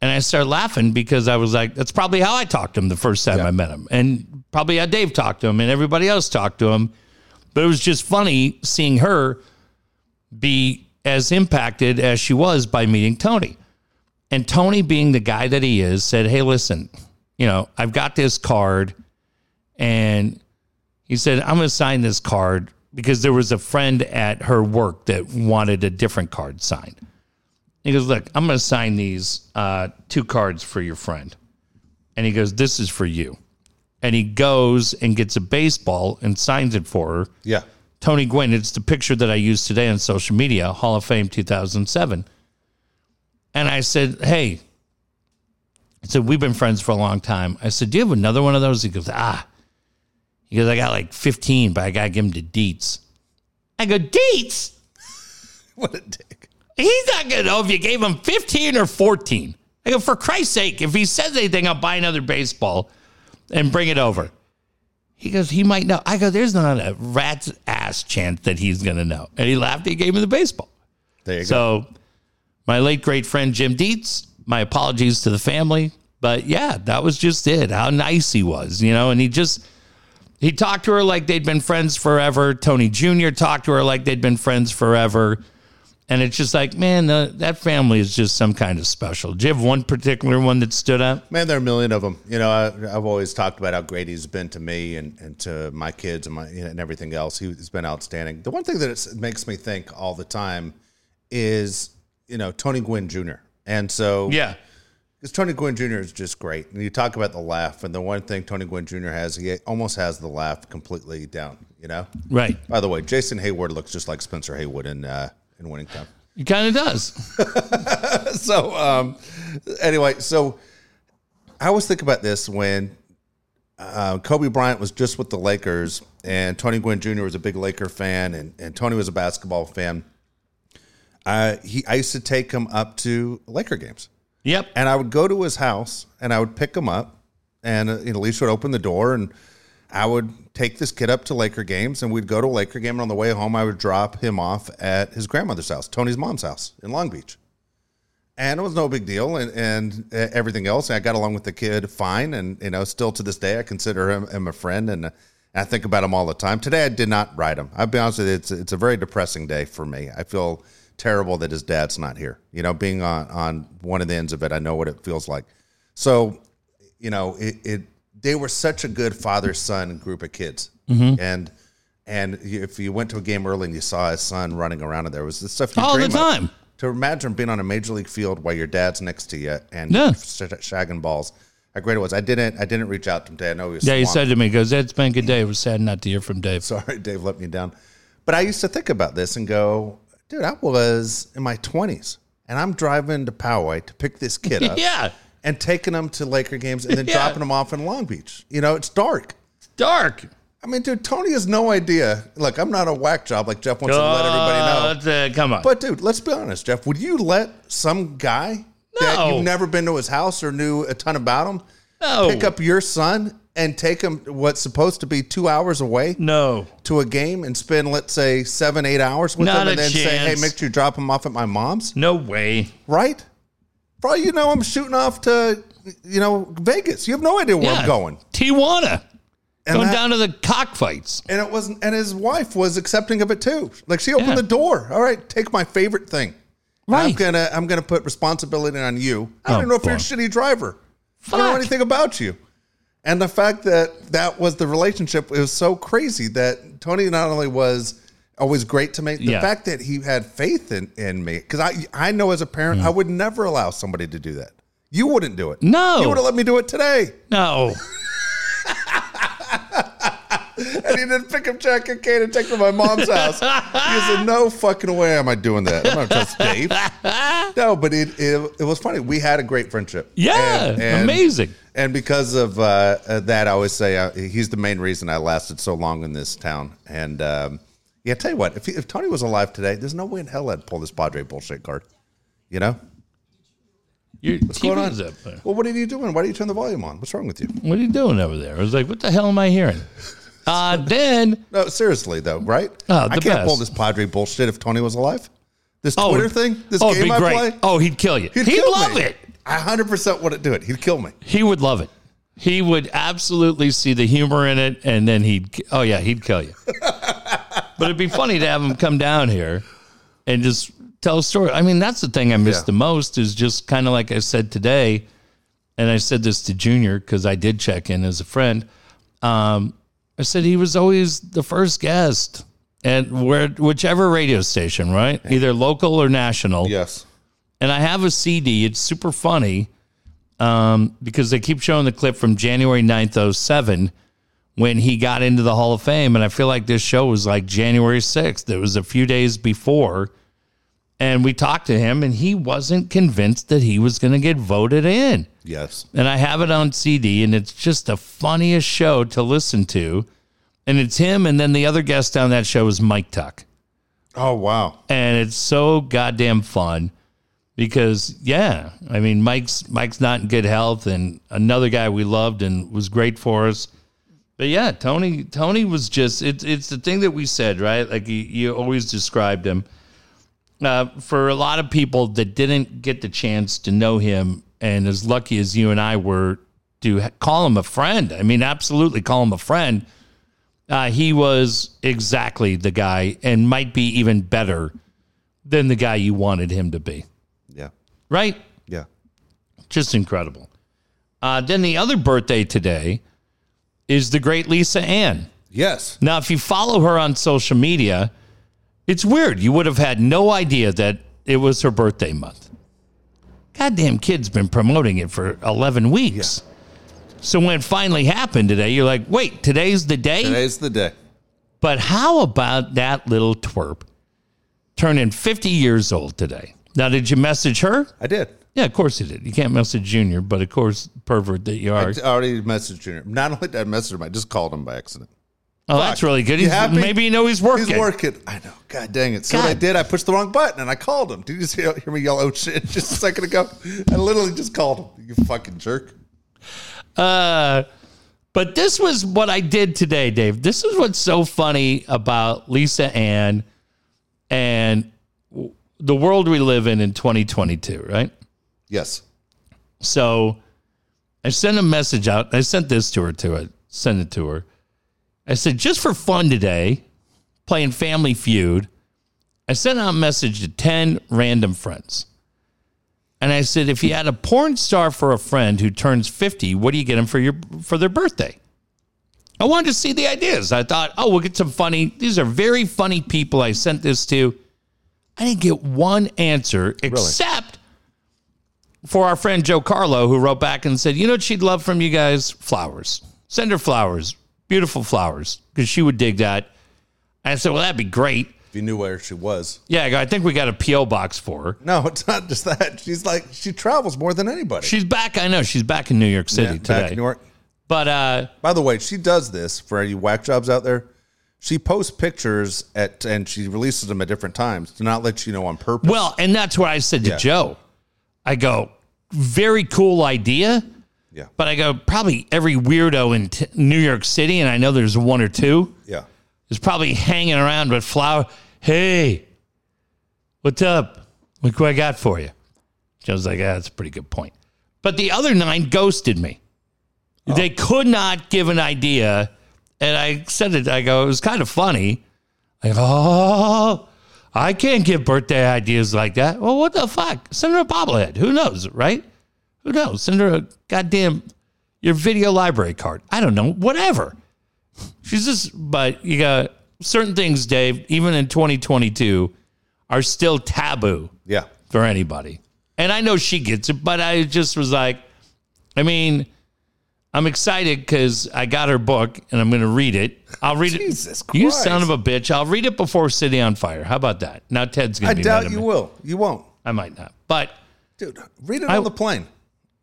B: And I started laughing because I was like, that's probably how I talked to him the first time I met him, and probably how Dave talked to him, and everybody else talked to him. But it was just funny seeing her be as impacted as she was by meeting Tony. And Tony, being the guy that he is, said, Hey, listen, you know, I've got this card. And he said, I'm going to sign this card because there was a friend at her work that wanted a different card signed. He goes, Look, I'm going to sign these uh, two cards for your friend. And he goes, This is for you. And he goes and gets a baseball and signs it for her.
A: Yeah.
B: Tony Gwynn. It's the picture that I used today on social media, Hall of Fame 2007. And I said, Hey, I said, We've been friends for a long time. I said, Do you have another one of those? He goes, Ah. He goes, I got like 15, but I got to give him to Dietz. I go, Dietz?
A: What a dick.
B: He's not going to know if you gave him 15 or 14. I go, for Christ's sake, if he says anything, I'll buy another baseball and bring it over. He goes, he might know. I go, there's not a rat's ass chance that he's going to know. And he laughed. He gave me the baseball.
A: There you go.
B: So, my late great friend Jim Dietz, my apologies to the family. But yeah, that was just it. How nice he was, you know, and he just. He talked to her like they'd been friends forever. Tony Jr. talked to her like they'd been friends forever. And it's just like, man, the, that family is just some kind of special. Do you have one particular one that stood out?
A: Man, there are a million of them. You know, I, I've always talked about how great he's been to me and, and to my kids and my you know, and everything else. He- He's been outstanding. The one thing that it's, makes me think all the time is, you know, Tony Gwynn Jr. And so,
B: Yeah.
A: because Tony Gwynn Jr. is just great. And you talk about the laugh, and the one thing Tony Gwynn Jr. has, he almost has the laugh completely down. You know.
B: Right.
A: By the way, Jason Hayward looks just like Spencer Haywood in uh, in Winning Time.
B: It kind of does.
A: so um anyway so i always think about this when uh, kobe bryant was just with the lakers and tony gwynn jr was a big laker fan and, and tony was a basketball fan uh, he i used to take him up to laker games
B: Yep.
A: And I would go to his house and I would pick him up. And uh, you know, Alicia would open the door and I would take this kid up to Laker games and we'd go to a Laker game. And on the way home, I would drop him off at his grandmother's house, Tony's mom's house in Long Beach. And it was no big deal and, and uh, everything else. I got along with the kid fine. And, you know, still to this day, I consider him, him a friend and uh, I think about him all the time. Today, I did not write him. I'll be honest with you, it's, it's a very depressing day for me. I feel terrible that his dad's not here. You know, being on on one of the ends of it, I know what it feels like. So, you know, it, it they were such a good father son group of kids, and and if you went to a game early and you saw his son running around, and there was this stuff you
B: All Oh, the
A: dream of.
B: time.
A: To imagine being on a major league field while your dad's next to you and
B: Yeah.
A: sh- shagging balls, how great it was. I didn't. I didn't reach out to him today. I know he was.
B: Yeah, he
A: swamped.
B: said to me, he goes, It's been a good day. It was sad not to hear from Dave.
A: Sorry, Dave let me down. But I used to think about this and go, dude, I was in my 20s and I'm driving to Poway to pick this kid up
B: yeah.
A: and taking him to Laker games and then
B: Yeah.
A: dropping him off in Long Beach. You know, it's dark.
B: Dark.
A: I mean, dude, Tony has no idea. Look, I'm not a whack job like Jeff wants to let everybody know.
B: Uh, Oh, come on.
A: But, dude, let's be honest, Jeff. Would you let some guy that
B: No.
A: you've never been to his house or knew a ton about him
B: no.
A: pick up your son and take him what's supposed to be two hours away?
B: No.
A: to a game and spend, let's say, seven, eight hours with
B: Not
A: them
B: a
A: and then say, hey,
B: chance.
A: make sure you drop them off at my mom's,
B: No way.
A: right? For all you know, I'm shooting off to, you know, Vegas. You have no idea where
B: Yeah.
A: I'm going.
B: Tijuana.
A: And,
B: going
A: that-
B: down to the cockfights.
A: and it wasn't, and his wife was accepting of it too. Like she opened
B: Yeah.
A: the door. All right, take my favorite thing. And I'm
B: Right.
A: gonna, I'm gonna put responsibility on you. I
B: Oh,
A: don't know if you're a
B: fuck.
A: shitty driver. I don't know
B: Fuck.
A: anything about you. And the fact that that was the relationship it was so crazy that Tony not only was always great to me, the
B: Yeah.
A: fact that he had faith in, in me, because I I know as a parent
B: Hmm.
A: I would never allow somebody to do that. You wouldn't do it.
B: No.
A: you would have let me do it today.
B: No.
A: And he didn't pick up Jack and Kate and take them to my mom's house. He said, "No fucking way, am I doing that? I'm not trust Dave." No, but it, it it was funny. We had a great friendship.
B: Yeah.
A: And- and-
B: amazing.
A: And because of uh, uh, that, I always say uh, he's the main reason I lasted so long in this town. And um, yeah, tell you what, if, he, if Tony was alive today, there's no way in hell I'd pull this Padre bullshit card. You know?
B: Your What's
A: going on?
B: Up there.
A: Well, what are you doing? Why do you turn the volume on? What's wrong with you?
B: What are you doing over there? I was like, what the hell am I hearing? Uh, then,
A: No, seriously though, right?
B: Oh, the
A: I can't
B: best.
A: pull this Padre bullshit if Tony was alive. This
B: oh,
A: Twitter thing, this
B: oh, it'd
A: game
B: be
A: I
B: great.
A: play,
B: Oh, he'd kill you. He'd,
A: kill
B: love
A: me.
B: it.
A: I hundred percent wouldn't do it. He'd kill me.
B: He would love it. He would absolutely see the humor in it, and then he'd. Oh yeah, he'd kill you. but it'd be funny to have him come down here and just tell a story. I mean, that's the thing I miss
A: Yeah.
B: the most is just kind of like I said today, and I said this to Junior because I did check in as a friend. Um, I said he was always the first guest at where whichever radio station, right? Either local or national
A: Yes.
B: and I have a CD. It's super funny um, because they keep showing the clip from January 9th, 07, when he got into the Hall of Fame. And I feel like this show was like January 6th. It was a few days before. And we talked to him, and he wasn't convinced that he was going to get voted in.
A: Yes.
B: And I have it on CD, and it's just the funniest show to listen to. And it's him, and then the other guest on that show is Mike Tuck
A: Oh wow.
B: and it's so goddamn fun because yeah i mean mike's mike's not in good health and another guy we loved and was great for us but yeah tony tony was just it's it's the thing that we said right like you, you always described him uh, for a lot of people that didn't get the chance to know him and as lucky as you and i were to ha- call him a friend i mean absolutely call him a friend uh, he was exactly the guy and might be even better than the guy you wanted him to be.
A: Yeah.
B: Right?
A: Yeah.
B: Just incredible. Uh, then the other birthday today is the great Lisa Ann.
A: Yes.
B: Now, if you follow her on social media, it's weird. You would have had no idea that it was her birthday month. Goddamn kid's been promoting it for 11 weeks. So when it finally happened today, you're like, wait, today's the day?
A: Today's the day.
B: But how about that little twerp turning 50 years old today? Now, did you message her?
A: I did.
B: Yeah, of course you did. You can't message Junior, but of course, pervert that you are.
A: I already messaged Junior. Not only did I message him, I just called him by accident.
B: Oh, that's really good.
A: You
B: He's-
A: happy?
B: Maybe you know he's working.
A: He's working. I know. God dang it. So what I
B: God.
A: did, I pushed the wrong button and I called him. Did you just hear, hear me yell, oh shit, just a second ago? I literally just called him. You fucking jerk.
B: Uh, but this was what I did today, Dave. This is what's so funny about Lisa Ann and w- the world we live in in 2022, right?
A: Yes.
B: So I sent a message out. I sent this to her to it. Sent it to her. I said, just for fun today, playing Family Feud. I sent out a message to 10 random friends. And I said, if you had a porn star for a friend who turns 50, what do you get them for your for their birthday? I wanted to see the ideas. I thought, oh, we'll get some funny. These are very funny people I sent this to. I didn't get one answer except for our friend Joe Carlo, who wrote back and said, You know what she'd love from you guys? Flowers. Send her flowers, beautiful flowers, because she would dig that. And I said, Well, that'd be great.
A: If you knew where she was.
B: Yeah, I go, I think we got a P.O. box for her.
A: No, it's not just that. She's like, she travels more than anybody.
B: She's back. I know she's back in New York City
A: Yeah,
B: today.
A: back in New York.
B: But uh,
A: By the way, she does this for you whack jobs out there. She posts pictures at and she releases them at different times to not let you know on purpose.
B: well, and that's what I said to
A: Yeah.
B: Joe. I go, very cool idea.
A: yeah,
B: But I go, probably every weirdo in t- New York City, and I know there's one or two,
A: yeah,
B: is probably hanging around with flower. Hey, what's up? Look what I got for you. Joe's like, ah, that's a pretty good point. But the other nine ghosted me. They could not give an idea. And I said it, I go, it was kind of funny. I go, oh, I can't give birthday ideas like that. Well, what the fuck? Send her a bobblehead. Who knows, right? Who knows? Send her a goddamn your video library card. I don't know, whatever. She's just, but you got certain things, Dave, even in 2022, are still taboo
A: yeah.
B: for anybody. And I know she gets it, but I just was like, I mean, I'm excited because I got her book and I'm going to read it. I'll read
A: Jesus
B: it. You
A: Christ.
B: son of a bitch. I'll read it before City on Fire. How about that? Now Ted's going
A: I
B: to be mad
A: doubt
B: at
A: you
B: me.
A: will. You won't,
B: I might not. But
A: dude. Read it on the plane.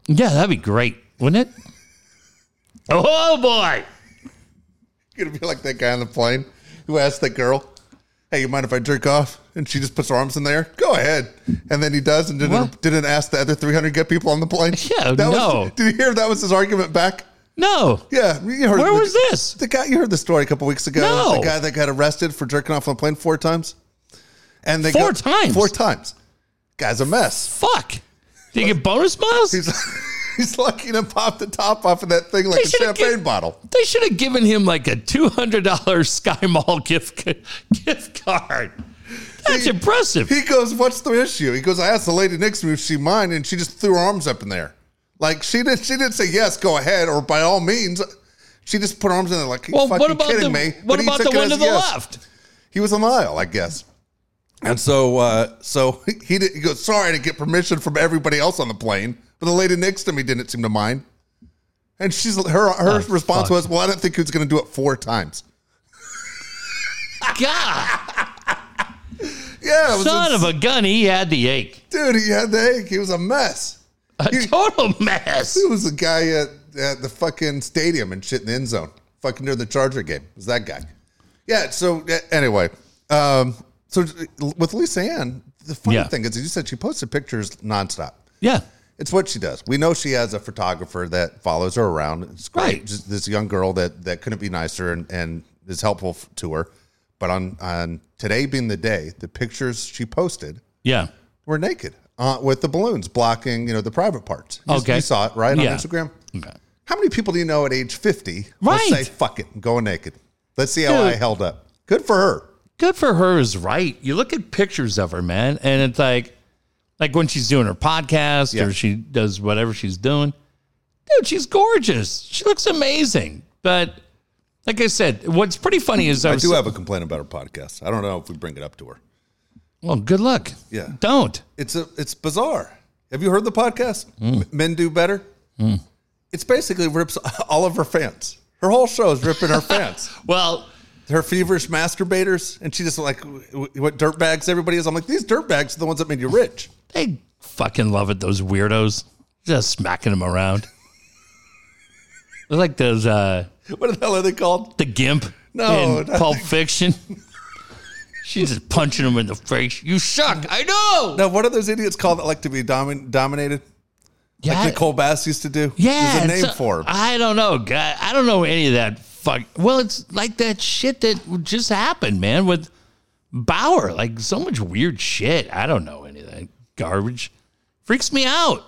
B: yeah, that'd be great, wouldn't it? oh, boy.
A: You're gonna be like that guy on the plane who asked that girl, "Hey, you mind if I jerk off?" And she just puts her arms in the air. Go ahead. And then he does, and didn't
B: What?
A: didn't ask the other 300 good people on the plane.
B: Yeah,
A: that
B: no.
A: Was, did you hear that was his argument back?
B: No.
A: Yeah, you heard
B: Where
A: the-
B: was this?
A: The guy you heard the story a couple weeks ago.
B: No.
A: The guy that got arrested for jerking off on a plane four times. And they
B: Four
A: got-
B: times?
A: Four times. Guy's a mess.
B: Fuck. Did you get bonus miles?
A: He's he's lucky to pop the top off of that thing like a
B: They should've
A: champagne
B: gi-
A: bottle.
B: They should have given him like a two hundred dollar Sky Mall gift ca- gift card. That's impressive.
A: He goes, "What's the issue?" He goes, "I asked the lady next to me if she mind, and she just threw her arms up in there, like she didn't. She didn't say yes, go ahead, or by all means." She just put her arms in there, like, "Are you
B: well,
A: fucking
B: what about
A: kidding
B: the
A: me?"
B: what
A: But he
B: about the
A: took it
B: one
A: as
B: to
A: a
B: the
A: yes.
B: left?
A: he was on the aisle, I guess. And so, uh, so he did, he goes, sorry to get permission from everybody else on the plane, but the lady next to me didn't seem to mind. And she's her her
B: Oh,
A: response
B: fuck.
A: was, well, I don't think he was going to do it four times.
B: God,
A: Yeah, it was
B: son of a gun, he had the ache.
A: dude, he had the ache. He was a mess.
B: A
A: You-
B: total mess.
A: He was the guy at, at the fucking stadium and shit in the end zone, fucking during the Charger game. It was that guy? Yeah. So uh, anyway, um, so with Lisa Ann, the funny
B: Yeah.
A: thing is, you said she posted pictures nonstop.
B: Yeah,
A: It's what she does. We know she has a photographer that follows her around. It's great.
B: Right.
A: Just this young girl that that couldn't be nicer and, and is helpful f- to her. But on on today being the day, the pictures she posted
B: yeah,
A: were naked uh, with the balloons blocking, you know, the private parts. You,
B: Okay.
A: you saw it right
B: Yeah.
A: on Instagram. How many people do you know at age fifty
B: Right.
A: will say "fuck it" and go naked? Let's see how I
B: Dude.
A: held up. Good for her.
B: good for her is right. You look at pictures of her, man, and it's like, like when she's doing her podcast
A: Yeah.
B: or she does whatever she's doing. Dude, she's gorgeous. She looks amazing. But like I said, what's pretty funny is I,
A: I
B: was,
A: do have a complaint about her podcast. I don't know if we bring it up to her.
B: well, good luck.
A: Yeah.
B: Don't.
A: It's a it's bizarre. Have you heard the podcast?
B: Hmm.
A: M- Men do better. It's basically rips all of her fans. Her whole show is ripping her fans.
B: Well,
A: Her feverish masturbators, and she just like w- w- what dirtbags everybody is. I'm like these dirtbags are the ones that made you rich.
B: they fucking love it, those weirdos. Just smacking them around. They're like those uh
A: What the hell are they called?
B: the gimp.
A: No,
B: in
A: no.
B: Pulp Fiction. She's just punching him in the face. You suck. I know.
A: Now, what are those idiots called that like to be domin- dominated?
B: Yeah,
A: Like Nicole Bass used to do?
B: yeah,
A: There's a
B: it's
A: name for him.
B: I don't know, guy. I don't know any of that. Fuck. Well, it's like that shit that just happened, man, with Bauer. Like so much weird shit. I don't know any of that garbage. Freaks me out.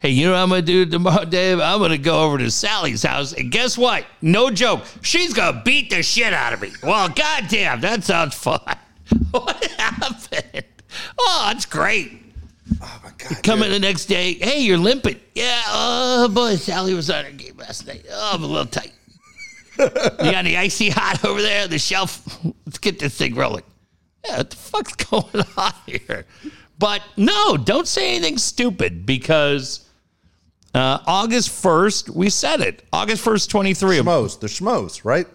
B: Hey, you know what I'm gonna do tomorrow, Dave? I'm gonna go over to Sally's house, and guess what? No joke, she's gonna beat the shit out of me. Well, goddamn, that sounds fun. what happened? Oh, that's great.
A: Oh, my God,
B: Come
A: dude.
B: in the next day. Hey, you're limping. Yeah. Oh boy, Sally was on her game last night. Oh, I'm a little tight. you got any icy hot over there on the shelf? Let's get this thing rolling. Yeah, what the fuck's going on here? But no, don't say anything stupid because uh, August first, we said it. August first, twenty three.
A: Schmoes. They're schmoes, right?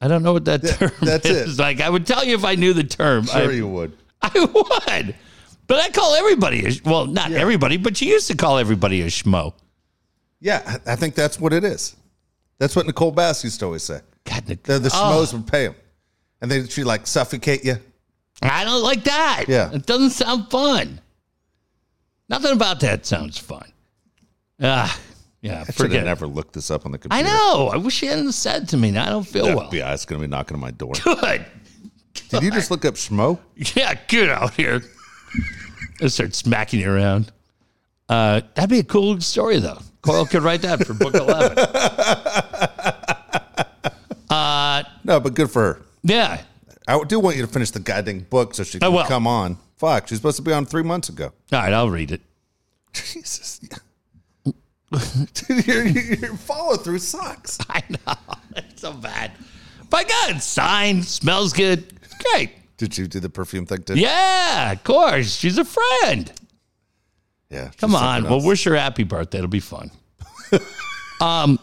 B: I don't know what that term
A: that's it.
B: is. Like I would tell you if I knew the term.
A: Sure,
B: I-
A: you would.
B: I would. But I call everybody a, sh- well, not everybody, but you used to call everybody a schmo.
A: Yeah, I I think that's what it is. That's what Nicole Bass used to always say.
B: God, Nic-
A: The, the
B: Oh,
A: schmoes would pay him. And then she like suffocate you.
B: I don't like that.
A: Yeah.
B: It doesn't sound fun. Nothing about that sounds fun. Ah, yeah.
A: Should have
B: Forget it.
A: never looked this up on the
B: I
A: computer.
B: know. I wish you hadn't said to me. Now I don't feel well.
A: FBI is going to be knocking on my door.
B: Good.
A: Did you just look up schmo?
B: Yeah, get out here. I start smacking you around. Uh, that'd be a cool story, though. Coyle could write that for book 11.
A: No, but good for her.
B: Yeah.
A: I do want you to finish the goddamn book so she
B: I
A: can
B: will.
A: come on. Fuck, she's supposed to be on three months ago.
B: All right, I'll read it.
A: Jesus. Dude, your, your your follow-through sucks.
B: I know. It's so bad. By God, signed, smells good. It's great.
A: Did you do the perfume thing? Did,
B: Yeah, of course. She's a friend.
A: yeah.
B: Come on. Well, wish her happy birthday. It'll be fun. um,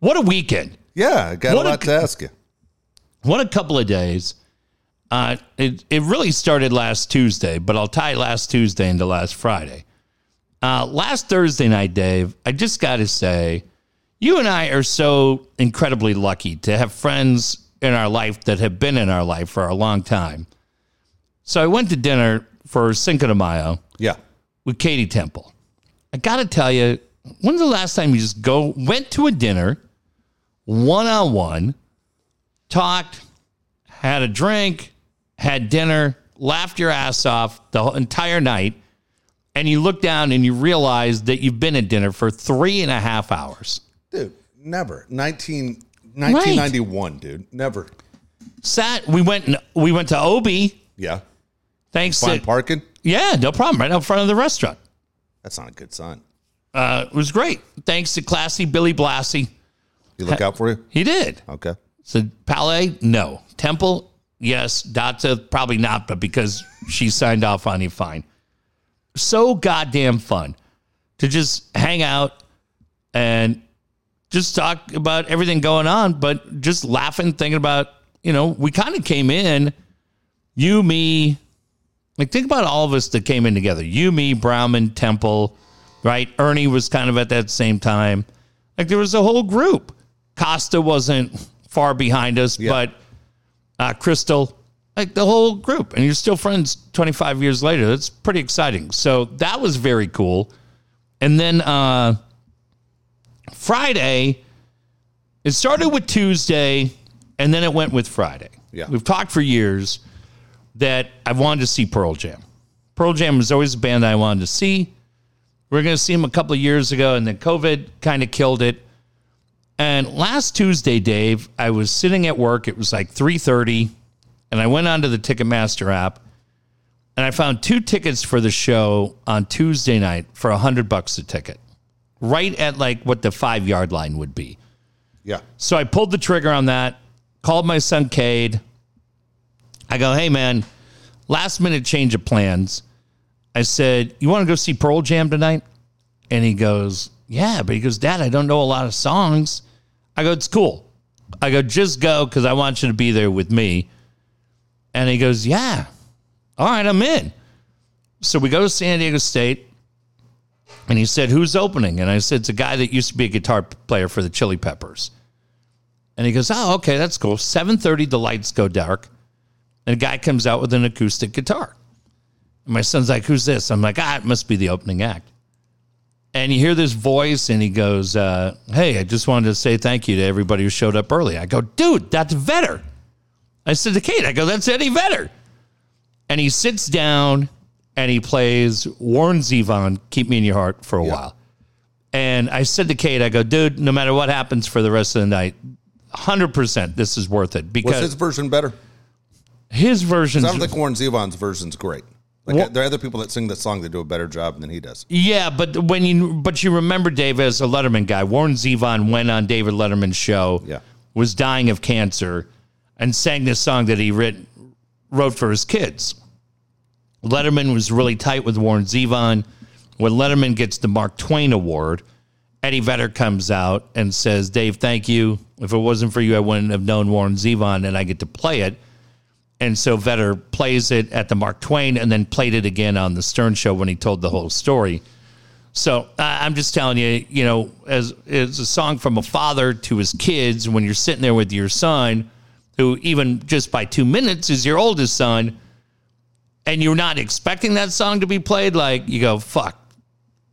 B: what a weekend.
A: Yeah, I got
B: What
A: a
B: a
A: lot
B: c-
A: to ask you.
B: What a couple of days. Uh, it, it really started last Tuesday, but I'll tie last Tuesday into last Friday. Uh, last Thursday night, Dave, I just got to say, you and I are so incredibly lucky to have friends in our life that have been in our life for a long time. So I went to dinner for Cinco de Mayo
A: Yeah.
B: with Katie Temple. I got to tell you, when's the last time you just go went to a dinner, one on one, talked, had a drink, had dinner, laughed your ass off the whole- entire night, and you look down and you realize that you've been at dinner for three and a half hours.
A: Dude, never. 19, 1991, dude. Never.
B: Sat. We went. and- We went to Obi.
A: Yeah.
B: Thanks
A: Fine
B: to
A: parking.
B: yeah, no problem. Right out front of the restaurant.
A: That's not a good sign.
B: Uh, it was great. Thanks to classy Billy Blassie.
A: You look out for you?
B: He did.
A: Okay.
B: So Palais, no. Temple, yes. Data, probably not, but because she signed off on it, fine. So goddamn fun to just hang out and just talk about everything going on, but just laughing, thinking about, you know, we kind of came in, you, me, like think about all of us that came in together. You, me, Browman, Temple, right? Ernie was kind of at that same time. Like there was a whole group. Costa wasn't far behind us, but uh, Crystal, like the whole group. And you're still friends 25 years later. That's pretty exciting. So that was very cool. And then uh, Friday, it started with Tuesday and then it went with Friday.
A: Yeah.
B: We've talked for years that I wanted to see Pearl Jam. Pearl Jam was always a band I wanted to see. We were going to see them a couple of years ago, and then COVID kind of killed it. And last Tuesday, Dave, I was sitting at work. It was like three thirty, and I went onto the Ticketmaster app, and I found two tickets for the show on Tuesday night for a hundred bucks a ticket, right at like what the five yard line would be.
A: Yeah.
B: So I pulled the trigger on that, called my son Cade. I go, hey man, last minute change of plans. I said, you want to go see Pearl Jam tonight? And he goes, yeah. But he goes, Dad, I don't know a lot of songs. I go, it's cool. I go, just go because I want you to be there with me. And he goes, yeah. All right, I'm in. So we go to San Diego State. And he said, Who's opening? And I said, It's a guy that used to be a guitar player for the Chili Peppers. And he goes, "Oh, okay, that's cool." Seven thirty, the lights go dark, and a guy comes out with an acoustic guitar. And my son's like, "Who's this?" I'm like, "Ah, it must be the opening act." And you hear this voice, and he goes, uh, "Hey, I just wanted to say thank you to everybody who showed up early." I go, "Dude, that's Vetter." I said to Kate, "I go, that's Eddie Vetter." And he sits down and he plays Warren Zevon, "Keep Me in Your Heart" for a while. And I said to Kate, I go, dude, no matter what happens for the rest of the night, 100% this is worth it
A: Was
B: because
A: his
B: his,
A: version better?
B: version.
A: I don't think Warren Zevon's version's great. Like
B: What-
A: there are other people that sing that song that do a better job than he does.
B: Yeah, but when you but you remember Dave as a Letterman guy. Warren Zevon went on David Letterman's show.
A: Yeah.
B: was dying of cancer, and sang this song that he writ, wrote for his kids. Letterman was really tight with Warren Zevon. When Letterman gets the Mark Twain Award, Eddie Vedder comes out and says, "Dave, thank you. If it wasn't for you, I wouldn't have known Warren Zevon, and I get to play it." And so Vetter plays it at the Mark Twain and then played it again on the Stern Show when he told the whole story. So I I'm just telling you, you know, as it's a song from a father to his kids, when you're sitting there with your son, who even just by two minutes is your oldest son, and you're not expecting that song to be played, like you go, fuck,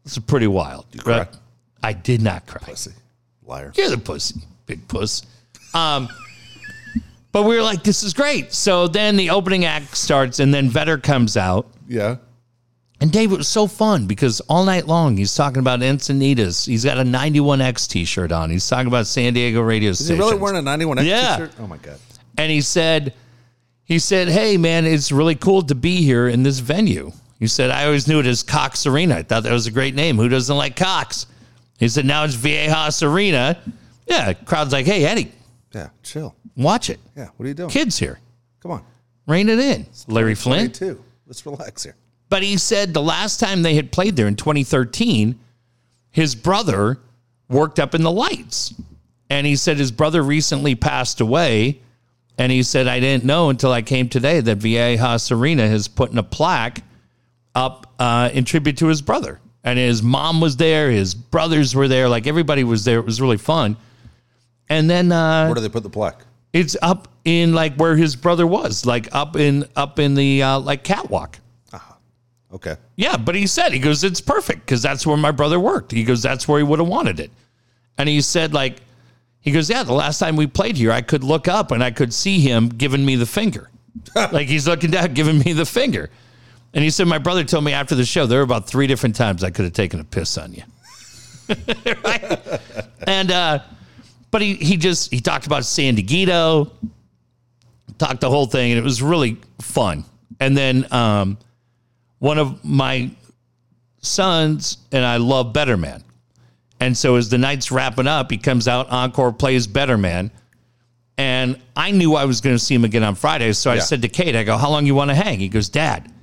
B: this is pretty wild. right?
A: cry?
B: I did not cry.
A: Pussy. Liar.
B: You're the pussy, big puss. Um, but we were like, this is great. So then the opening act starts, and then Vetter comes out.
A: Yeah.
B: And Dave, it was so fun because all night long he's talking about Encinitas. He's got a 91X t shirt on. He's talking about San Diego radio
A: Is he
B: stations.
A: really wearing a 91 X
B: Yeah.
A: shirt? Oh my god.
B: and he said, he said, hey, man, it's really cool to be here in this venue. He said, I always knew it as Cox Arena. I thought that was a great name. Who doesn't like Cox? He said, now it's Viejas Arena. Yeah, crowd's like, hey, Eddie,
A: Yeah. Chill.
B: watch it.
A: Yeah. What are you doing?
B: Kids here.
A: Come on.
B: Rein it in. Larry
A: Hey,
B: Flynn.
A: too. Let's relax here.
B: But he said the last time they had played there in 2013, his brother worked up in the lights. And he said his brother recently passed away. And he said, I didn't know until I came today that Viejas Arena has put in a plaque up uh, in tribute to his brother. And his mom was there, his brothers were there, like everybody was there. It was really fun. And then uh,
A: Where do they put the plaque?
B: it's up in like where his brother was, like up in up in the uh, like catwalk.
A: Okay.
B: Yeah, but he said, he goes, it's perfect because that's where my brother worked. He goes, that's where he would have wanted it. And he said, like, he goes, yeah, the last time we played here, I could look up and I could see him giving me the finger. like he's looking down, giving me the finger. And he said, my brother told me after the show, there were about three different times I could have taken a piss on you. right? And, uh, but he, he just, he talked about San Diego, talked the whole thing, and it was really fun. And then, um, one of my sons and I love Better Man. And so as the night's wrapping up, he comes out, Encore plays Better Man. And I knew I was going to see him again on Friday. So I
A: Yeah.
B: said to Kate, I go, How long you want to hang? He goes, Dad,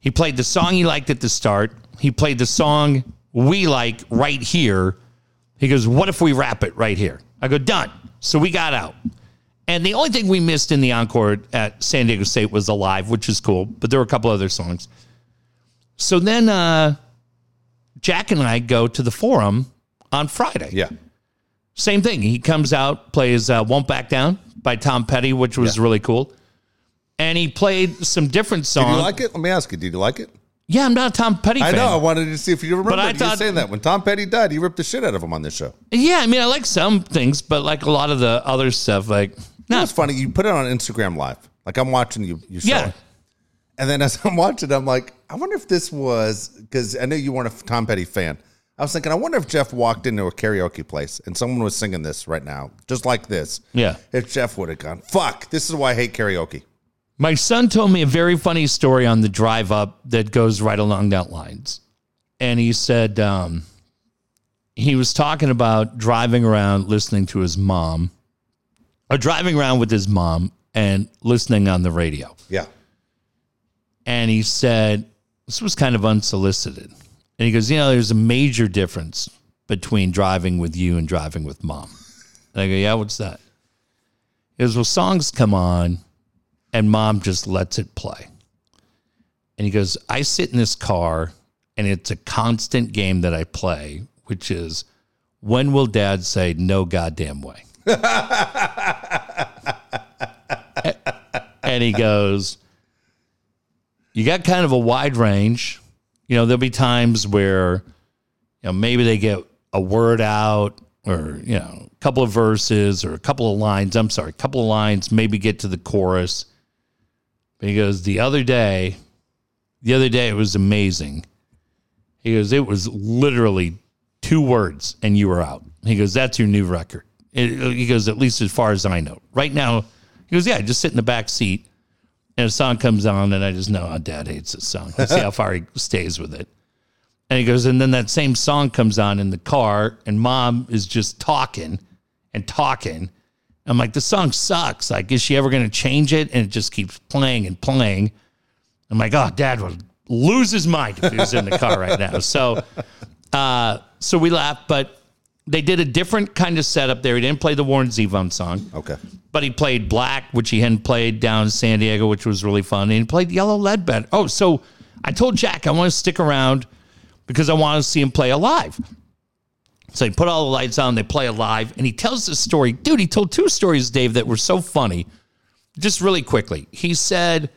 B: he played the song he liked at the start. He played the song we like right here. He goes, What if we wrap it right here? I go, Done. So we got out. And the only thing we missed in the encore at San Diego State was Alive, which is cool, but there were a couple other songs. So then uh, Jack and I go to the forum on Friday.
A: Yeah.
B: Same thing. He comes out, plays uh, Won't Back Down by Tom Petty, which was really cool. And he played some different
A: Did you
B: songs.
A: like it? Let me ask you. Did you like it?
B: yeah, I'm not a Tom Petty
A: I
B: fan.
A: know. I wanted to see if you remember.
B: But I
A: you
B: thought-
A: were saying that when Tom Petty died, you ripped the shit out of him on this show.
B: Yeah, I mean, I like some things, but like a lot of the other stuff, like,
A: It
B: no.
A: was funny. You put it on Instagram Live. Like I'm watching you. You show
B: Yeah.
A: it. And then as I'm watching, I'm like, I wonder if this was because I know you weren't a Tom Petty fan. I was thinking, I wonder if Jeff walked into a karaoke place and someone was singing this right now, just like this.
B: Yeah.
A: If Jeff would have gone, fuck, this is why I hate karaoke.
B: My son told me a very funny story on the drive up that goes right along that lines. And he said um, he was talking about driving around listening to his mom, or driving around with his mom and listening on the radio.
A: Yeah.
B: And he said, this was kind of unsolicited. And he goes, you know, there's a major difference between driving with you and driving with mom. And I go, yeah, what's that? He goes, well, songs come on and mom just lets it play. And he goes, I sit in this car and it's a constant game that I play, which is when will dad say no goddamn way? and he goes, You got kind of a wide range. You know, there'll be times where, you know, maybe they get a word out or, you know, a couple of verses or a couple of lines. I'm sorry, a couple of lines, maybe get to the chorus. But he goes, The other day, the other day it was amazing. He goes, It was literally two words and you were out. He goes, That's your new record. It- he goes, At least as far as I know. Right now, he goes, Yeah, I just sit in the back seat and a song comes on and I just know oh, dad hates this song. Let's see how far he stays with it. And he goes, and then that same song comes on in the car, and mom is just talking and talking. I'm like, the song sucks. Like, is she ever going to change it? And it just keeps playing and playing. I'm like, oh, dad would lose his mind if he was in the car right now. So, uh, so we laughed, but they did a different kind of setup there. He didn't play the Warren Zevon song,
A: Okay.
B: but he played Black, which he hadn't played down in San Diego, which was really fun. And he played Yellow Leadbed. Oh, so I told Jack I want to stick around because I want to see him play alive. So they put all the lights on, they play alive, and he tells this story. Dude, he told two stories, Dave, that were so funny. Just really quickly, he said,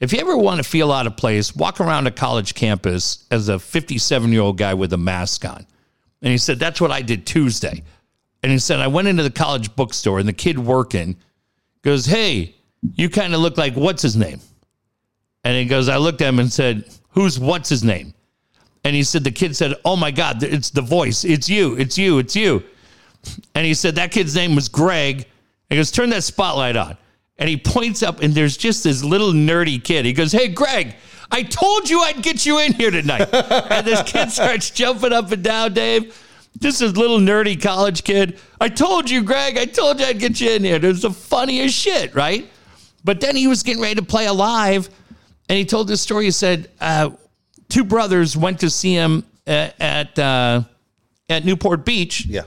B: if you ever want to feel out of place, walk around a college campus as a 57 year old guy with a mask on. And he said, That's what I did Tuesday. And he said, I went into the college bookstore and the kid working goes, Hey, you kind of look like what's his name? And he goes, I looked at him and said, Who's what's his name? And he said, The kid said, Oh my God, th- it's the voice. It's you. It's you. It's you. And he said, That kid's name was Greg. And he goes, Turn that spotlight on. And he points up, and there's just this little nerdy kid. He goes, Hey, Greg, I told you I'd get you in here tonight. and this kid starts jumping up and down, Dave. Just this little nerdy college kid. I told you, Greg, I told you I'd get you in here. It was the funniest shit, right? But then he was getting ready to play alive, and he told this story. He said, uh, Two brothers went to see him uh, at, uh, at Newport Beach
A: Yeah.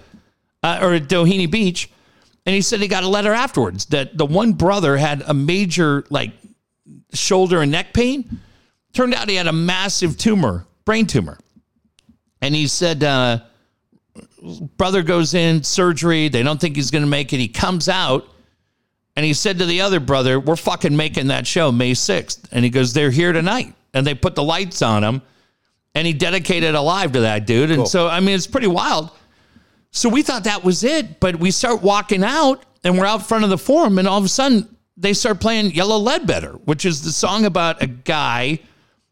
B: uh, or at Doheny Beach, and he said he got a letter afterwards that the one brother had a major like shoulder and neck pain. Turned out he had a massive tumor, brain tumor, and he said uh, brother goes in surgery. They don't think he's going to make it. He comes out. And he said to the other brother, We're fucking making that show May 6th. And he goes, They're here tonight. And they put the lights on him. And he dedicated Alive to that dude. And so, I mean, it's pretty wild. So we thought that was it, but we start walking out and we're out front of the forum, and all of a sudden they start playing Yellow Leadbetter, which is the song about a guy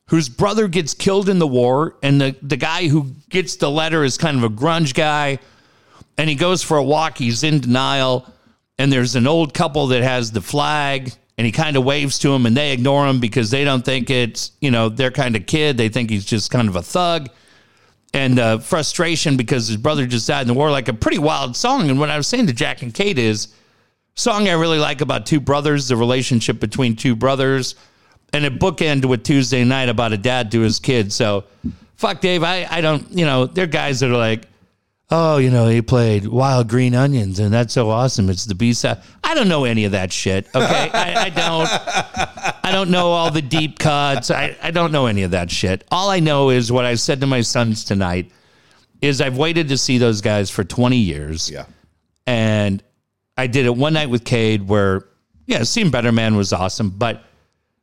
B: whose brother gets killed in the war, and the, the guy who gets the letter is kind of a grunge guy, and he goes for a walk, he's in denial, and there's an old couple that has the flag, and he kind of waves to him, and they ignore him because they don't think it's, you know, their kind of kid. They think he's just kind of a thug and uh, frustration because his brother just died in the war, like a pretty wild song. And what I was saying to Jack and Kate is song I really like about two brothers, the relationship between two brothers, and a bookend with Tuesday night about a dad to his kid. So, fuck Dave, I, I don't, you know, there are guys that are like, oh, you know, he played Wild Green Onions, and that's so awesome. It's the B side. I don't know any of that shit. Okay, I, I don't. I don't know all the deep cuts. I, I don't know any of that shit. All I know is what I said to my sons tonight is I've waited to see those guys for 20 years.
A: Yeah.
B: And I did it one night with Cade where, yeah, seeing Better Man was awesome, but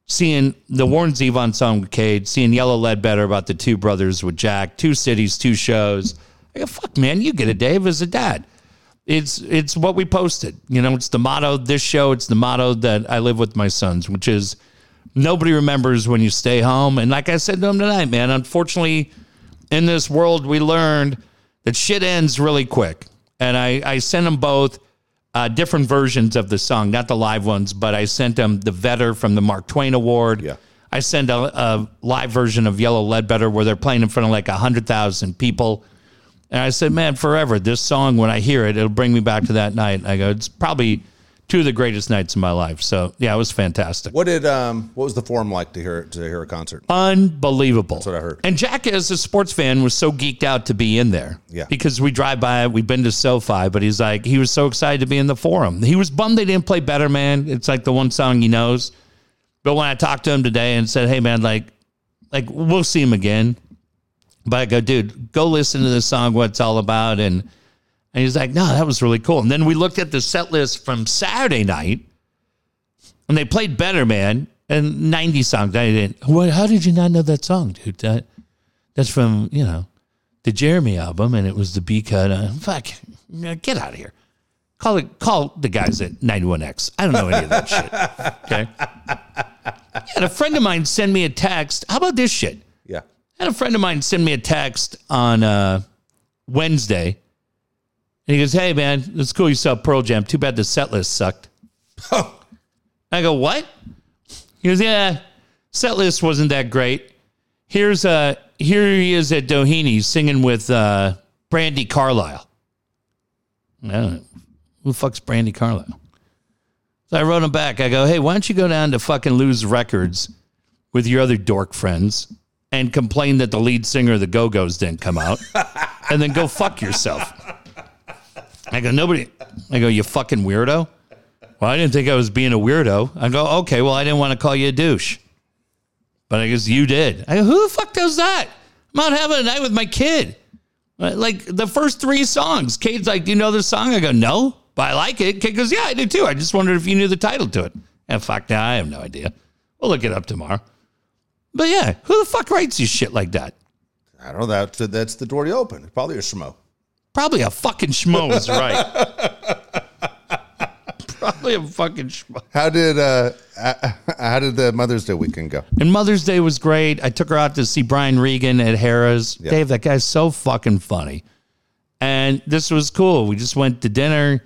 B: seeing the Warren Zevon song with Cade, seeing Yellow Lead Better about the two brothers with Jack, two cities, two shows. I go, fuck, man, you get it, Dave, as a dad. It's it's what we posted. You know, it's the motto this show, it's the motto that I live with my sons, which is nobody remembers when you stay home. And like I said to him tonight, man, unfortunately, in this world, we learned that shit ends really quick. And I, I sent them both uh, different versions of the song, not the live ones, but I sent them the Vetter from the Mark Twain Award.
A: Yeah.
B: I sent a, a live version of Yellow Leadbetter where they're playing in front of like 100,000 people. And I said, man, forever, this song, when I hear it, it'll bring me back to that night. I go, it's probably two of the greatest nights of my life. So, yeah, it was fantastic.
A: What did um what was the forum like to hear to hear a concert?
B: Unbelievable. That's
A: what I heard.
B: And Jack, as a sports fan, was so geeked out to be in there.
A: Yeah.
B: Because we drive by it, we've been to SoFi, but he's like, he was so excited to be in the forum. He was bummed they didn't play Better Man. It's like the one song he knows. But when I talked to him today and said, hey, man, like, like we'll see him again. But I go, dude, go listen to this song, what it's all about. And And he's like, no, that was really cool. And then we looked at the set list from Saturday night and they played Better Man and 90 songs. I didn't, what, how did you not know that song, dude? That, that's from, you know, the Jeremy album and it was the B cut. Uh, fuck, no, get out of here. Call it, call the guys at 91X. I don't know any of that shit. Okay. Had a friend of mine send me a text. How about this shit?
A: Yeah.
B: had a friend of mine send me a text on uh, Wednesday, and he goes, "Hey man, it's cool you saw Pearl Jam. Too bad the set list sucked." I go, "What?" He goes, "Yeah, set list wasn't that great. Here's uh here he is at Doheny singing with uh, Brandy Carlisle. I don't know. Who the fuck's Brandy Carlisle? So I wrote him back. I go, hey, why don't you go down to fucking Lose Records with your other dork friends and complain that the lead singer of the Go Go's didn't come out and then go fuck yourself. I go, nobody. I go, you fucking weirdo. Well, I didn't think I was being a weirdo. I go, okay, well, I didn't want to call you a douche. But I guess you did. I go, who the fuck does that? I'm out having a night with my kid. Like the first three songs, Kate's like, Do you know this song? I go, No, but I like it. Kate goes, Yeah, I do too. I just wondered if you knew the title to it. And fuck, now I have no idea. We'll look it up tomorrow. But yeah, who the fuck writes you shit like that?
A: I don't know. That's, that's the door you open. Probably a schmo.
B: Probably a fucking schmo is right. Probably a fucking schmo.
A: How did uh, uh, how did the Mother's Day weekend go?
B: And Mother's Day was great. I took her out to see Brian Regan at Harrah's. Dave, that guy's so fucking funny. And this was cool. We just went to dinner.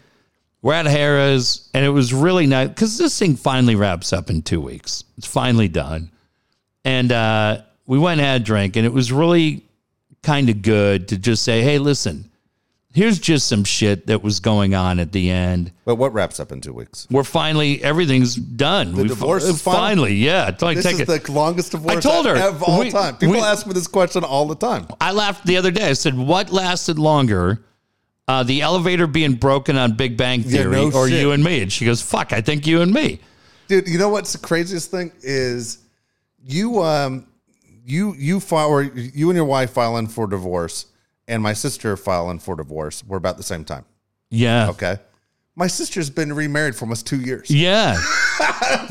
B: We're at Harrah's, and it was really nice because this thing finally wraps up in two weeks. It's finally done. And uh, we went and had a drink, and it was really kind of good to just say, hey, listen, here's just some shit that was going on at the end
A: But what wraps up in two weeks?
B: we're finally everything's done. we
A: divorce is final?
B: finally, yeah. It's like
A: This
B: take
A: is
B: it.
A: the longest divorce
B: I told her,
A: of all
B: we-
A: time. People
B: we-
A: ask me this question all the time.
B: I laughed the other day. I said, "What lasted longer, uh, the elevator being broken on Big Bang
A: Yeah,
B: Theory,
A: no
B: or
A: shit.
B: you and me?" And she goes, "Fuck, I think you and me."
A: dude you know what's the craziest thing is you um you you file or you and your wife filing for divorce and my sister filing for divorce were about the same time
B: Yeah,
A: okay my sister's been remarried for almost two years
B: yeah.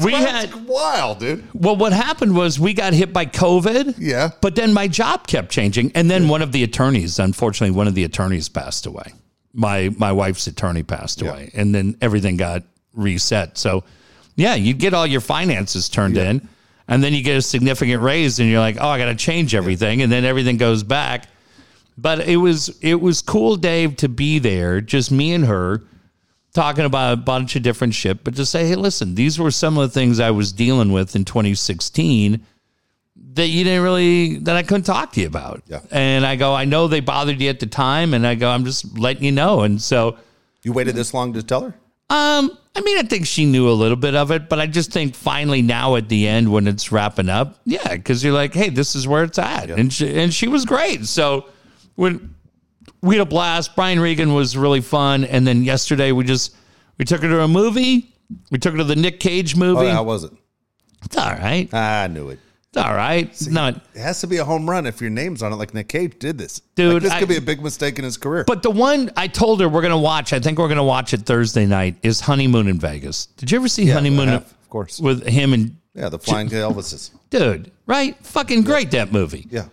B: we
A: That's
B: had
A: wild dude
B: well. What happened was we got hit by COVID.
A: yeah
B: But then my job kept changing, and then one of the attorneys, unfortunately, one of the attorneys passed away. My my wife's attorney passed away, and then everything got reset. So, yeah, you get all your finances turned in, and then you get a significant raise, and you're like, oh, I got to change everything, and then everything goes back. But it was it was cool, Dave, to be there, just me and her talking about a bunch of different shit, but to say, hey, listen, these were some of the things I was dealing with in 2016 that you didn't really, that I couldn't talk to you about.
A: Yeah.
B: And I go, I know they bothered you at the time. And I go, I'm just letting you know. And so,
A: you waited this long to tell her
B: um, I mean, I think she knew a little bit of it, but I just think finally now at the end when it's wrapping up, yeah, because you're like, hey, this is where it's at, and she and she was great. So when we had a blast, Brian Regan was really fun, and then yesterday we just we took her to a movie. We took her to the Nick Cage movie.
A: oh, how was it
B: It's all right.
A: i knew it
B: It's all right. It's not.
A: it has to be a home run if your name's on it like nick cage did this
B: Dude,
A: Like, this
B: I-
A: could be a big mistake in his career
B: But the one I told her we're gonna watch, I think we're gonna watch it Thursday night, is Honeymoon in Vegas. Did you ever see Honeymoon?
A: I
B: in-
A: have, of course.
B: with him and
A: yeah the flying elvises
B: dude, right? Fucking great that movie.
A: yeah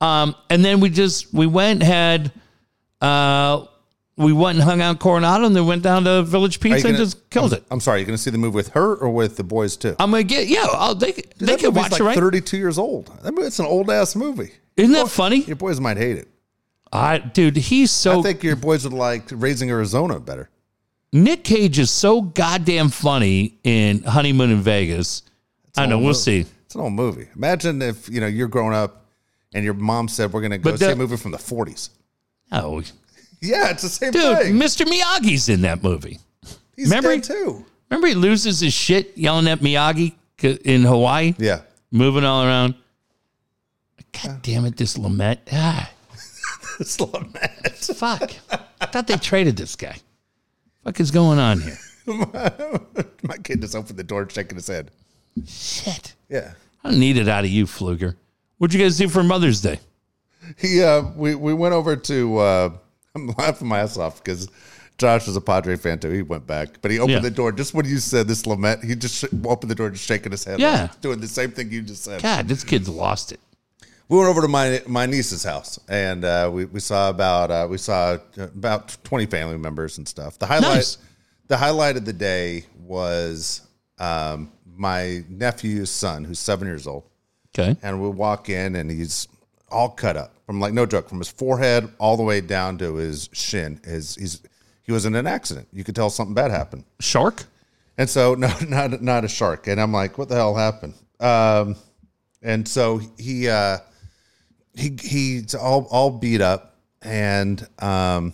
B: Um, and then we just we went had uh we went and hung out in Coronado and then went down to Village Pizza
A: gonna-
B: and just killed it.
A: i'm sorry you're gonna see the movie with her or with the boys too
B: I'm gonna get yeah. Oh, they they
A: That
B: could
A: movie's
B: watch
A: like
B: it right.
A: 32 years old. That movie, it's an old ass movie.
B: Isn't that funny?
A: Your boys might hate it.
B: I, dude, he's so
A: I think your boys would like Raising Arizona better.
B: Nick Cage is so goddamn funny in Honeymoon in Vegas. I don't know. We'll see.
A: It's an old movie. Imagine if you know you're growing up and your mom said we're going to go
B: But
A: see a
B: that-
A: movie from the 40s.
B: Oh,
A: Yeah, it's the same
B: dude,
A: thing.
B: Mr. Miyagi's in that movie.
A: He's
B: remember-
A: dead too.
B: Remember, he loses his shit yelling at Miyagi in Hawaii.
A: Yeah,
B: moving all around.
A: Uh-huh.
B: God damn it, this Lamette. Ah,
A: it's lament.
B: fuck. I thought they traded this guy. Fuck is going on here?
A: My kid just opened the door, shaking his head.
B: Shit.
A: Yeah,
B: I don't need it out of you, Fluger. What'd you guys do for Mother's Day?
A: he. Uh, we we went over to. Uh, I'm laughing my ass off because Josh was a Padre fan too. He went back, but he opened
B: Yeah.
A: the door just when you said this lament. He just sh- opened the door, just shaking his head,
B: Yeah.
A: like, doing the same thing you just said.
B: God, this kid's lost it.
A: We went over to my my niece's house, and uh, we we saw about uh, we saw about twenty family members and stuff. The highlight
B: Nice.
A: the highlight of the day was um, my nephew's son, who's seven years old.
B: Okay.
A: and we walk in and he's all cut up from like no joke from his forehead all the way down to his shin is he's he was in an accident you could tell something bad happened
B: Shark?
A: and so no not not a shark and i'm like what the hell happened um and so he uh he he's all all beat up and um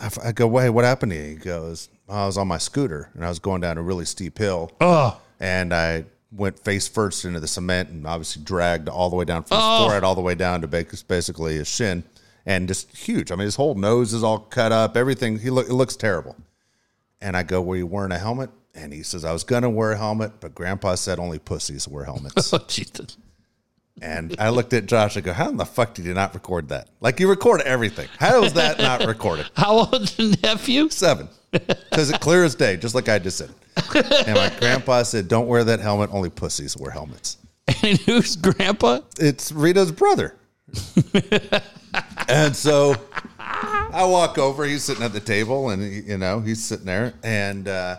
A: I, f- I go wait what happened to you he goes i was on my scooter and i was going down a really steep hill
B: Oh,
A: and I went face first into the cement and obviously dragged all the way down from his
B: Oh.
A: forehead all the way down to ba- basically his shin and just huge. I mean, his whole nose is all cut up, everything. He look, it looks terrible. And I go, Were you wearing a helmet? And he says, I was going to wear a helmet, but grandpa said only pussies wear helmets.
B: oh Jesus.
A: and I looked at Josh. I go, How in the fuck did you not record that? Like, you record everything. How is that not recorded?
B: How old's the nephew?
A: Seven. Says it clear as day, just like I just said. And my grandpa said, Don't wear that helmet. Only pussies wear helmets.
B: And who's grandpa?
A: it's Rita's brother. and so I walk over. He's sitting at the table, and he, you know he's sitting there, and uh,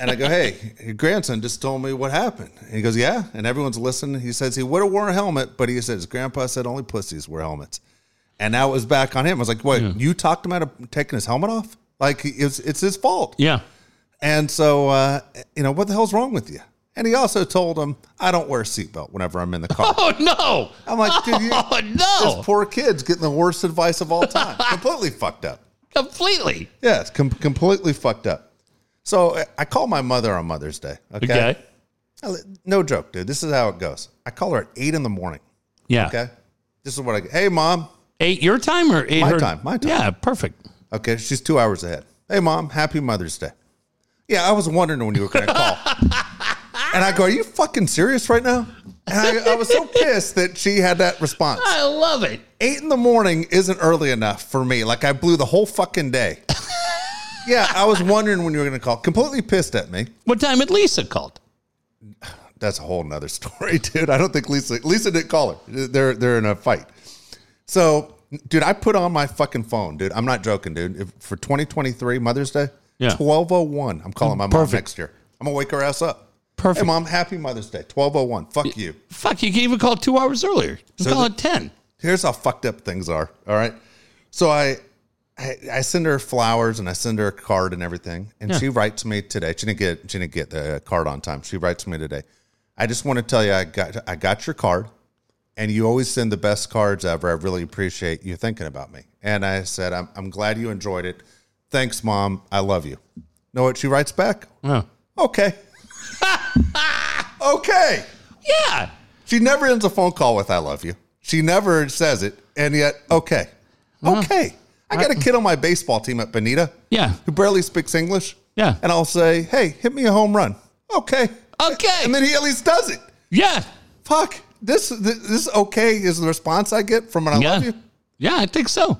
A: and I go, "Hey, your grandson just told me what happened." And he goes, "Yeah," and everyone's listening. He says he would have worn a helmet, but he says grandpa said only pussies wear helmets, and now it was back on him. I was like, "Wait, you talked him out of taking his helmet off? Like it's it's his fault."
B: Yeah.
A: And so, uh, you know, what the hell's wrong with you? And he also told him, "I don't wear a seatbelt whenever I'm in the car."
B: Oh no.
A: I'm like, dude, you,
B: Oh
A: this
B: no.
A: poor kid's getting the worst advice of all time. completely fucked up.
B: Completely.
A: Yeah, it's com- completely fucked up. So I- I call my mother on Mother's Day. Okay?
B: Okay.
A: I li- No joke, dude. This is how it goes. I call her at eight in the morning.
B: Yeah.
A: Okay. This is what I Hey, mom.
B: Eight your time or eight
A: My
B: her
A: time, my time.
B: Yeah, perfect.
A: Okay. She's two hours ahead. Hey, mom. Happy Mother's Day. Yeah, I was wondering when you were going to call. and I go, Are you fucking serious right now? And I, I was so pissed that she had that response.
B: I love it.
A: eight in the morning isn't early enough for me. Like I blew the whole fucking day. yeah, I was wondering when you were gonna call. Completely pissed at me.
B: What time had Lisa called?
A: That's a whole nother story, dude. I don't think Lisa Lisa didn't call her. They're they're in a fight. So dude, I put on my fucking phone, dude. I'm not joking, dude. If, for 2023 Mother's Day,
B: Yeah.
A: 1201. I'm calling my mom
B: Perfect.
A: next year. I'm gonna wake her ass up. Hey
B: Perfect.
A: mom, happy Mother's Day. 1201. Fuck you.
B: Fuck, you can even call two hours earlier. You
A: So
B: call
A: the-
B: at ten.
A: here's how fucked up things are. All right. So I, I, I send her flowers and I send her a card and everything. And she writes me today. She didn't get, she didn't get the card on time. She writes me today. I just want to tell you, I got, I got your card and you always send the best cards ever. I really appreciate you thinking about me. And I said, I'm, I'm glad you enjoyed it. Thanks mom. I love you. Know what she writes back?
B: Oh.
A: Okay. okay.
B: Yeah.
A: She never ends a phone call with "I love you." She never says it, and yet, okay,
B: Uh-huh.
A: okay. I got a kid on my baseball team at Bonita
B: Yeah.
A: who barely speaks English.
B: Yeah.
A: and I'll say, "Hey, hit me a home run." Okay,
B: Okay.
A: and then he at least does it.
B: yeah.
A: Fuck this. This, this okay is the response I get from an "I
B: Yeah.
A: love you."
B: Yeah, I think so.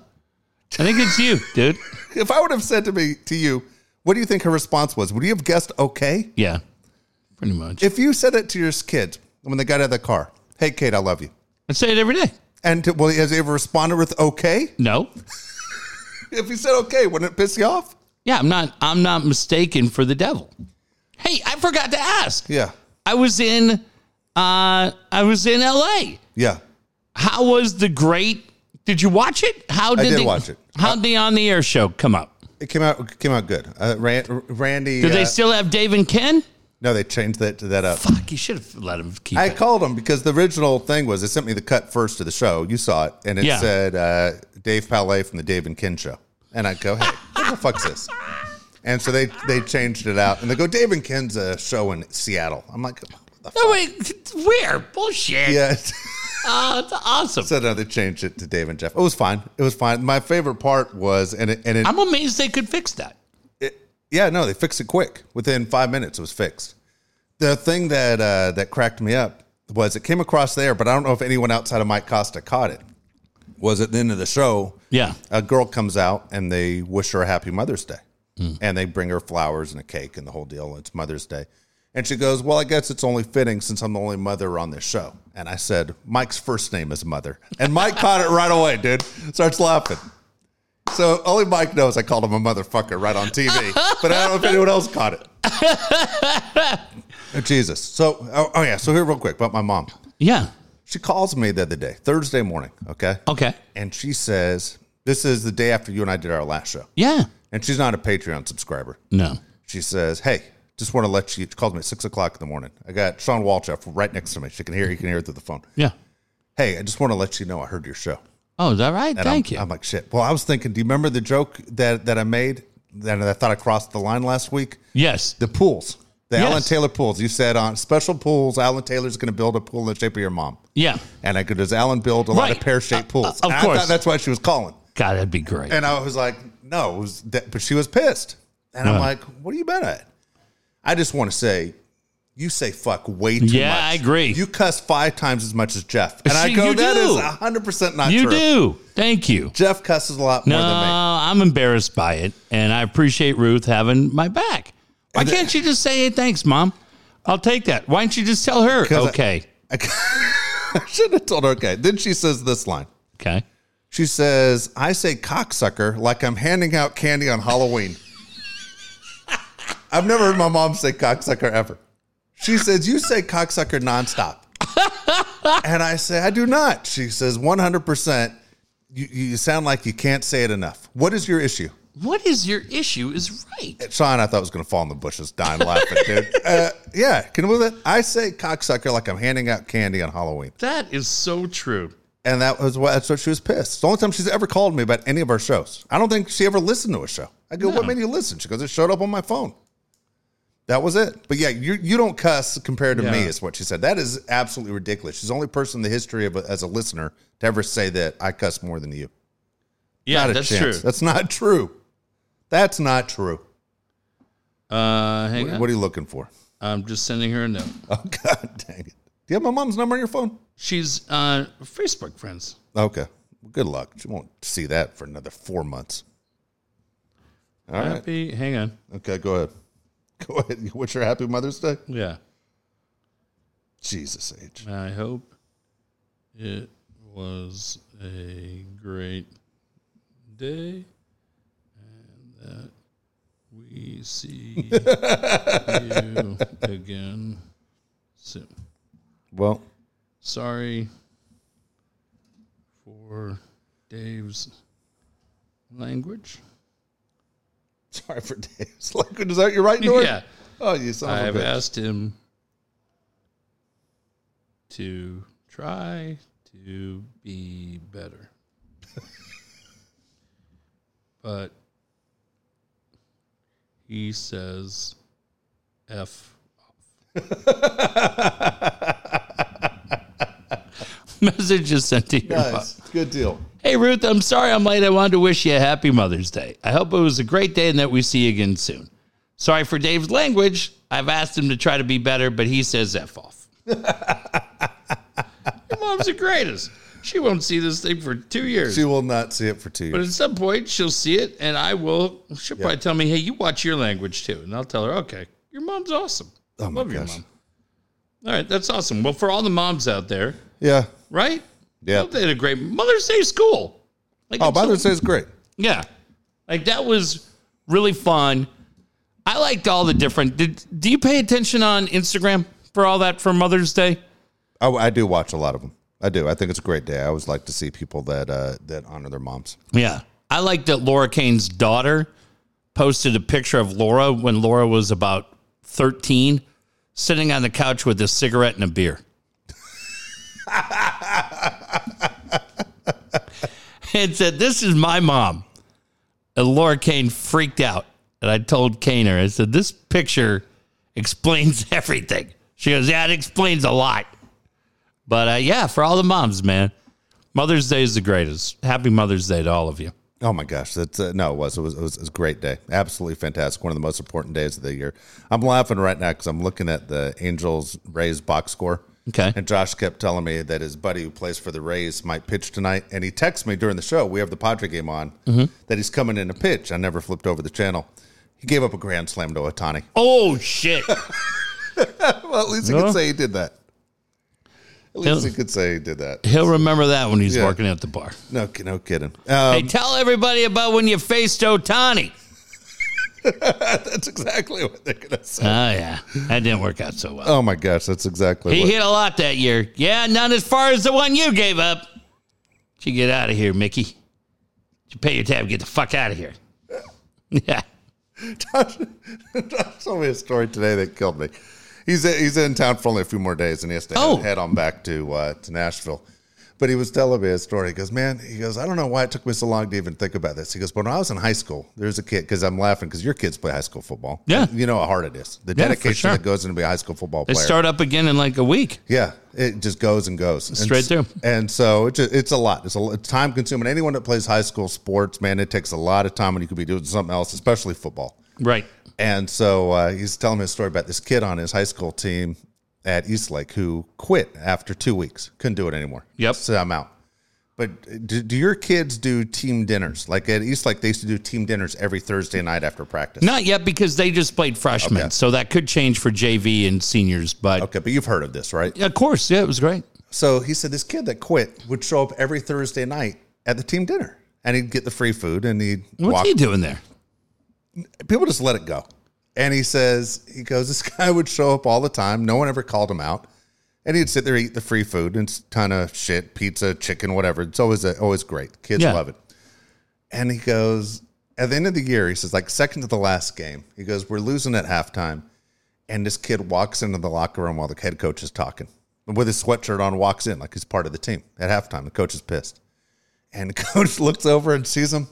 B: I think it's you, dude.
A: If I would have said to me to you, "What do you think her response was?" Would you have guessed okay?
B: Yeah. Pretty much.
A: If you said it to your kids when they got out of the car, "Hey, Kate, I love you,"
B: I say it every day.
A: and to, well, has he ever responded with "okay"?
B: No.
A: If you said okay, wouldn't it piss you off?
B: Yeah, I'm not I'm not mistaken for the devil. Hey, I forgot to ask.
A: Yeah.
B: I was in uh I was in LA.
A: Yeah.
B: How was the great did you watch it? How did,
A: did
B: the,
A: watch it.
B: How'd the on the air show come up?
A: It came out came out good. Uh, Ran- Randy
B: Do
A: uh,
B: they still have Dave and Ken?
A: No, they changed that that up.
B: Fuck, you should have let him keep
A: I
B: it.
A: called them because the original thing was they sent me the cut first of the show. You saw it and it
B: Yeah.
A: said uh, Dave Palais from the Dave and Ken show. And I go, "Hey, what the fuck's this?" And so they they changed it out and they go, "Dave and Ken's a show in Seattle." I'm like, what the fuck?
B: No, wait, where? Bullshit.
A: "Yeah."
B: Oh, it's awesome.
A: so now they changed it to Dave and Jeff. It was fine. It was fine. My favorite part was and it, and it,
B: I'm amazed they could fix that.
A: it, yeah, no, they fixed it quick. Within five minutes, it was fixed. The thing that uh, that cracked me up was it came across there, but I don't know if anyone outside of Mike Costa caught it. was at the end of the show,
B: Yeah.
A: a girl comes out and they wish her a happy Mother's Day. And they bring her flowers and a cake and the whole deal. It's Mother's Day. And she goes, Well, I guess it's only fitting since I'm the only mother on this show. And I said, Mike's first name is Mother. And Mike caught it right away, dude. Starts laughing. So only Mike knows I called him a motherfucker right on TV. but I don't know if anyone else caught it. Oh, Jesus. So, oh, oh, yeah. So, here, real quick about my mom.
B: Yeah.
A: She calls me the other day, Thursday morning. Okay
B: Okay.
A: and she says, This is the day after you and I did our last show.
B: Yeah.
A: And she's not a Patreon subscriber.
B: No. She
A: She says, Hey, just want to let you, she called me at six o'clock in the morning. I got Sean Walchef right next to me. She can hear, you can hear it through the phone.
B: Yeah.
A: Hey, I just want to let you know I heard your show.
B: Oh, is that right?
A: And
B: Thank
A: I'm,
B: you.
A: I'm like, Shit. Well, I was thinking, do you remember the joke that, that I made that I thought I crossed the line last week?
B: yes.
A: The pools. The
B: Yes.
A: Alan Taylor pools. You said on special pools, Alan Taylor's going to build a pool in the shape of your mom.
B: Yeah.
A: And I go, does Alan build a lot of
B: Right.
A: pear shaped
B: Uh, uh,
A: pools?
B: of
A: And I
B: course.
A: thought that's why she was calling.
B: God, that'd be great.
A: And I was like, no, it was that, but she was pissed. And I'm
B: Huh.
A: like, what are you mad at? I just want to say, you say fuck way too
B: Yeah,
A: much.
B: I agree.
A: You cuss five times as much as Jeff. And I
B: See,
A: go,
B: you
A: that
B: do.
A: is 100% not
B: you
A: true.
B: do. Thank you.
A: Jeff cusses a lot
B: No,
A: more than me.
B: I'm embarrassed by it, and I appreciate Ruth having my back. Why can't you just say, hey, thanks, Mom? I'll take that. Why don't you just tell her?
A: 'Cause I-
B: Okay.
A: I should have told her, okay. Then she says this line.
B: okay.
A: She says, I say cocksucker like I'm handing out candy on Halloween. I've never heard my mom say cocksucker ever. She says, You say cocksucker nonstop. and I say, I do not. She says, 100%. You, you sound like you can't say it enough. What is your issue?
B: What is your issue is right.
A: Sean, I thought was going to fall in the bushes, dying laughing, dude. Uh, yeah, can you believe that? I say cocksucker like I'm handing out candy on Halloween.
B: That is so true.
A: And that was why that's what she was pissed. It's the only time she's ever called me about any of our shows. I don't think she ever listened to a show. I go, what made you listen? She goes, it showed up on my phone. That was it. But yeah, you you don't cuss compared to me,
B: Yeah.
A: is what she said. That is absolutely ridiculous. She's the only person in the history of a, as a listener to ever say that I cuss more than you.
B: Yeah,
A: Not a
B: that's
A: chance.
B: true.
A: That's not true. That's not true.
B: Uh, hang
A: What,
B: on.
A: what are you looking for?
B: I'm just sending her a note.
A: Oh God, dang it! Do you have my mom's number on your phone?
B: She's uh, Facebook friends.
A: Okay. Well, good luck. She won't see that for another four months. All right.
B: Happy. Hang on.
A: Okay, go ahead. Go ahead. What's your happy Mother's Day?
B: Yeah.
A: Jesus age.
B: I hope it was a great day and that we see you again soon.
A: Well,
B: Sorry for Dave's language.
A: sorry for Dave's language. Is that your right door?
B: Yeah.
A: Oh, you son of
B: I've
A: a bitch.
B: asked him to try to be better. but he says F off. Message is sent to your
A: Nice. Good deal.
B: Hey Ruth, I'm sorry I'm late. I wanted to wish you a happy Mother's Day. I hope it was a great day and that we see you again soon. Sorry for Dave's language. I've asked him to try to be better, but he says F off. Your mom's the greatest. She won't see this thing for two years.
A: She will not see it for two
B: but
A: years.
B: at some point, she'll see it, and I will. She'll probably tell me, hey, you watch your language too. And I'll tell her, okay, your mom's awesome. I
A: Oh my
B: Love your
A: gosh.
B: mom. All right, that's awesome. Well, for all the moms out there,
A: Yeah.
B: right?
A: Yeah.
B: Hope They had a great Mother's Day school. Like,
A: Oh,
B: it's a-
A: Mother's Day is great.
B: yeah. Like that was really fun. I liked all the different. Did do you pay attention on Instagram for all that for Mother's Day?
A: I, I do watch a lot of them. I do. I think it's a great day. I always like to see people that uh, that honor their moms.
B: Yeah. I liked that Laura Kane's daughter posted a picture of Laura when Laura was about 13 sitting on the couch with a cigarette and a beer. and said, This is my mom. And Laura Kane freaked out. And I told Kaner, I said, This picture explains everything. She goes, Yeah, it explains a lot. But uh, yeah, for all the moms, man, Mother's Day is the greatest. Happy Mother's Day to all of you.
A: Oh my gosh, that's uh, no, it was, it was it was it was a great day, absolutely fantastic, one of the most important days of the year. I'm laughing right now because I'm looking at the Angels Rays box score,
B: Okay.
A: And Josh kept telling me that his buddy who plays for the Rays might pitch tonight. And he texted me during the show, we have the Padre game on,
B: Mm-hmm.
A: that he's coming in to pitch. I never flipped over the channel. He gave up a grand slam to Otani.
B: Oh shit.
A: Well, at least he
B: No.
A: could say he did that. At least
B: Yeah.
A: he could say he did that.
B: He'll remember that when he's
A: Yeah.
B: working at the bar.
A: No, ki- no kidding.
B: Hey,
A: Um,
B: tell everybody about when you faced Otani.
A: that's exactly what they're going to say.
B: Oh yeah, that didn't work out so well.
A: Oh my gosh, that's exactly
B: he
A: what.
B: hit a lot that year. Yeah, not as far as the one you gave up. You get out of here, Mickey. You pay your tab. Get the fuck out of here. Yeah.
A: Josh told me a story today that killed me. He's he's in town for only a few more days, and he has to
B: Oh.
A: head, head on back to uh, to Nashville. But he was telling me a story. He goes, "Man, he goes, I don't know why it took me so long to even think about this." He goes, "But when I was in high school, there's a kid because I'm laughing because your kids play high school football.
B: Yeah.
A: you know how hard it is. The
B: Yeah, for
A: dedication
B: sure.
A: that goes into being a high school football
B: They
A: player.
B: start up again in like a week.
A: Yeah, it just goes and goes And
B: Straight
A: s-
B: through.
A: And so it's a, it's a lot. It's a lo- it's time consuming. Anyone that plays high school sports, man, it takes a lot of time when you could be doing something else, especially football.
B: Right.
A: And so uh, he's telling me a story about this kid on his high school team at Eastlake who quit after two weeks, couldn't do it anymore.
B: Yep.
A: so I'm out. But do, do your kids do team dinners? Like at Eastlake, they used to do team dinners every Thursday night after practice.
B: Not yet because they just played freshmen,
A: Okay.
B: so that could change for JV and seniors. But
A: Okay, but you've heard of this, right?
B: of course, yeah, it was great.
A: So he said this kid that quit would show up every Thursday night at the team dinner, and he'd get the free food, and he'd
B: What's
A: walk
B: he doing there?
A: people just let it go. And he says, he goes, this guy would show up all the time. No one ever called him out. And he'd sit there, eat the free food and it's ton of shit, pizza, chicken, whatever. It's always always great. Kids
B: Yeah.
A: love it. And he goes, at the end of the year, he says, like second to the last game, he goes, we're losing at halftime. And this kid walks into the locker room while the head coach is talking with his sweatshirt on, walks in like he's part of the team at halftime. The coach is pissed. And the coach looks over and sees him.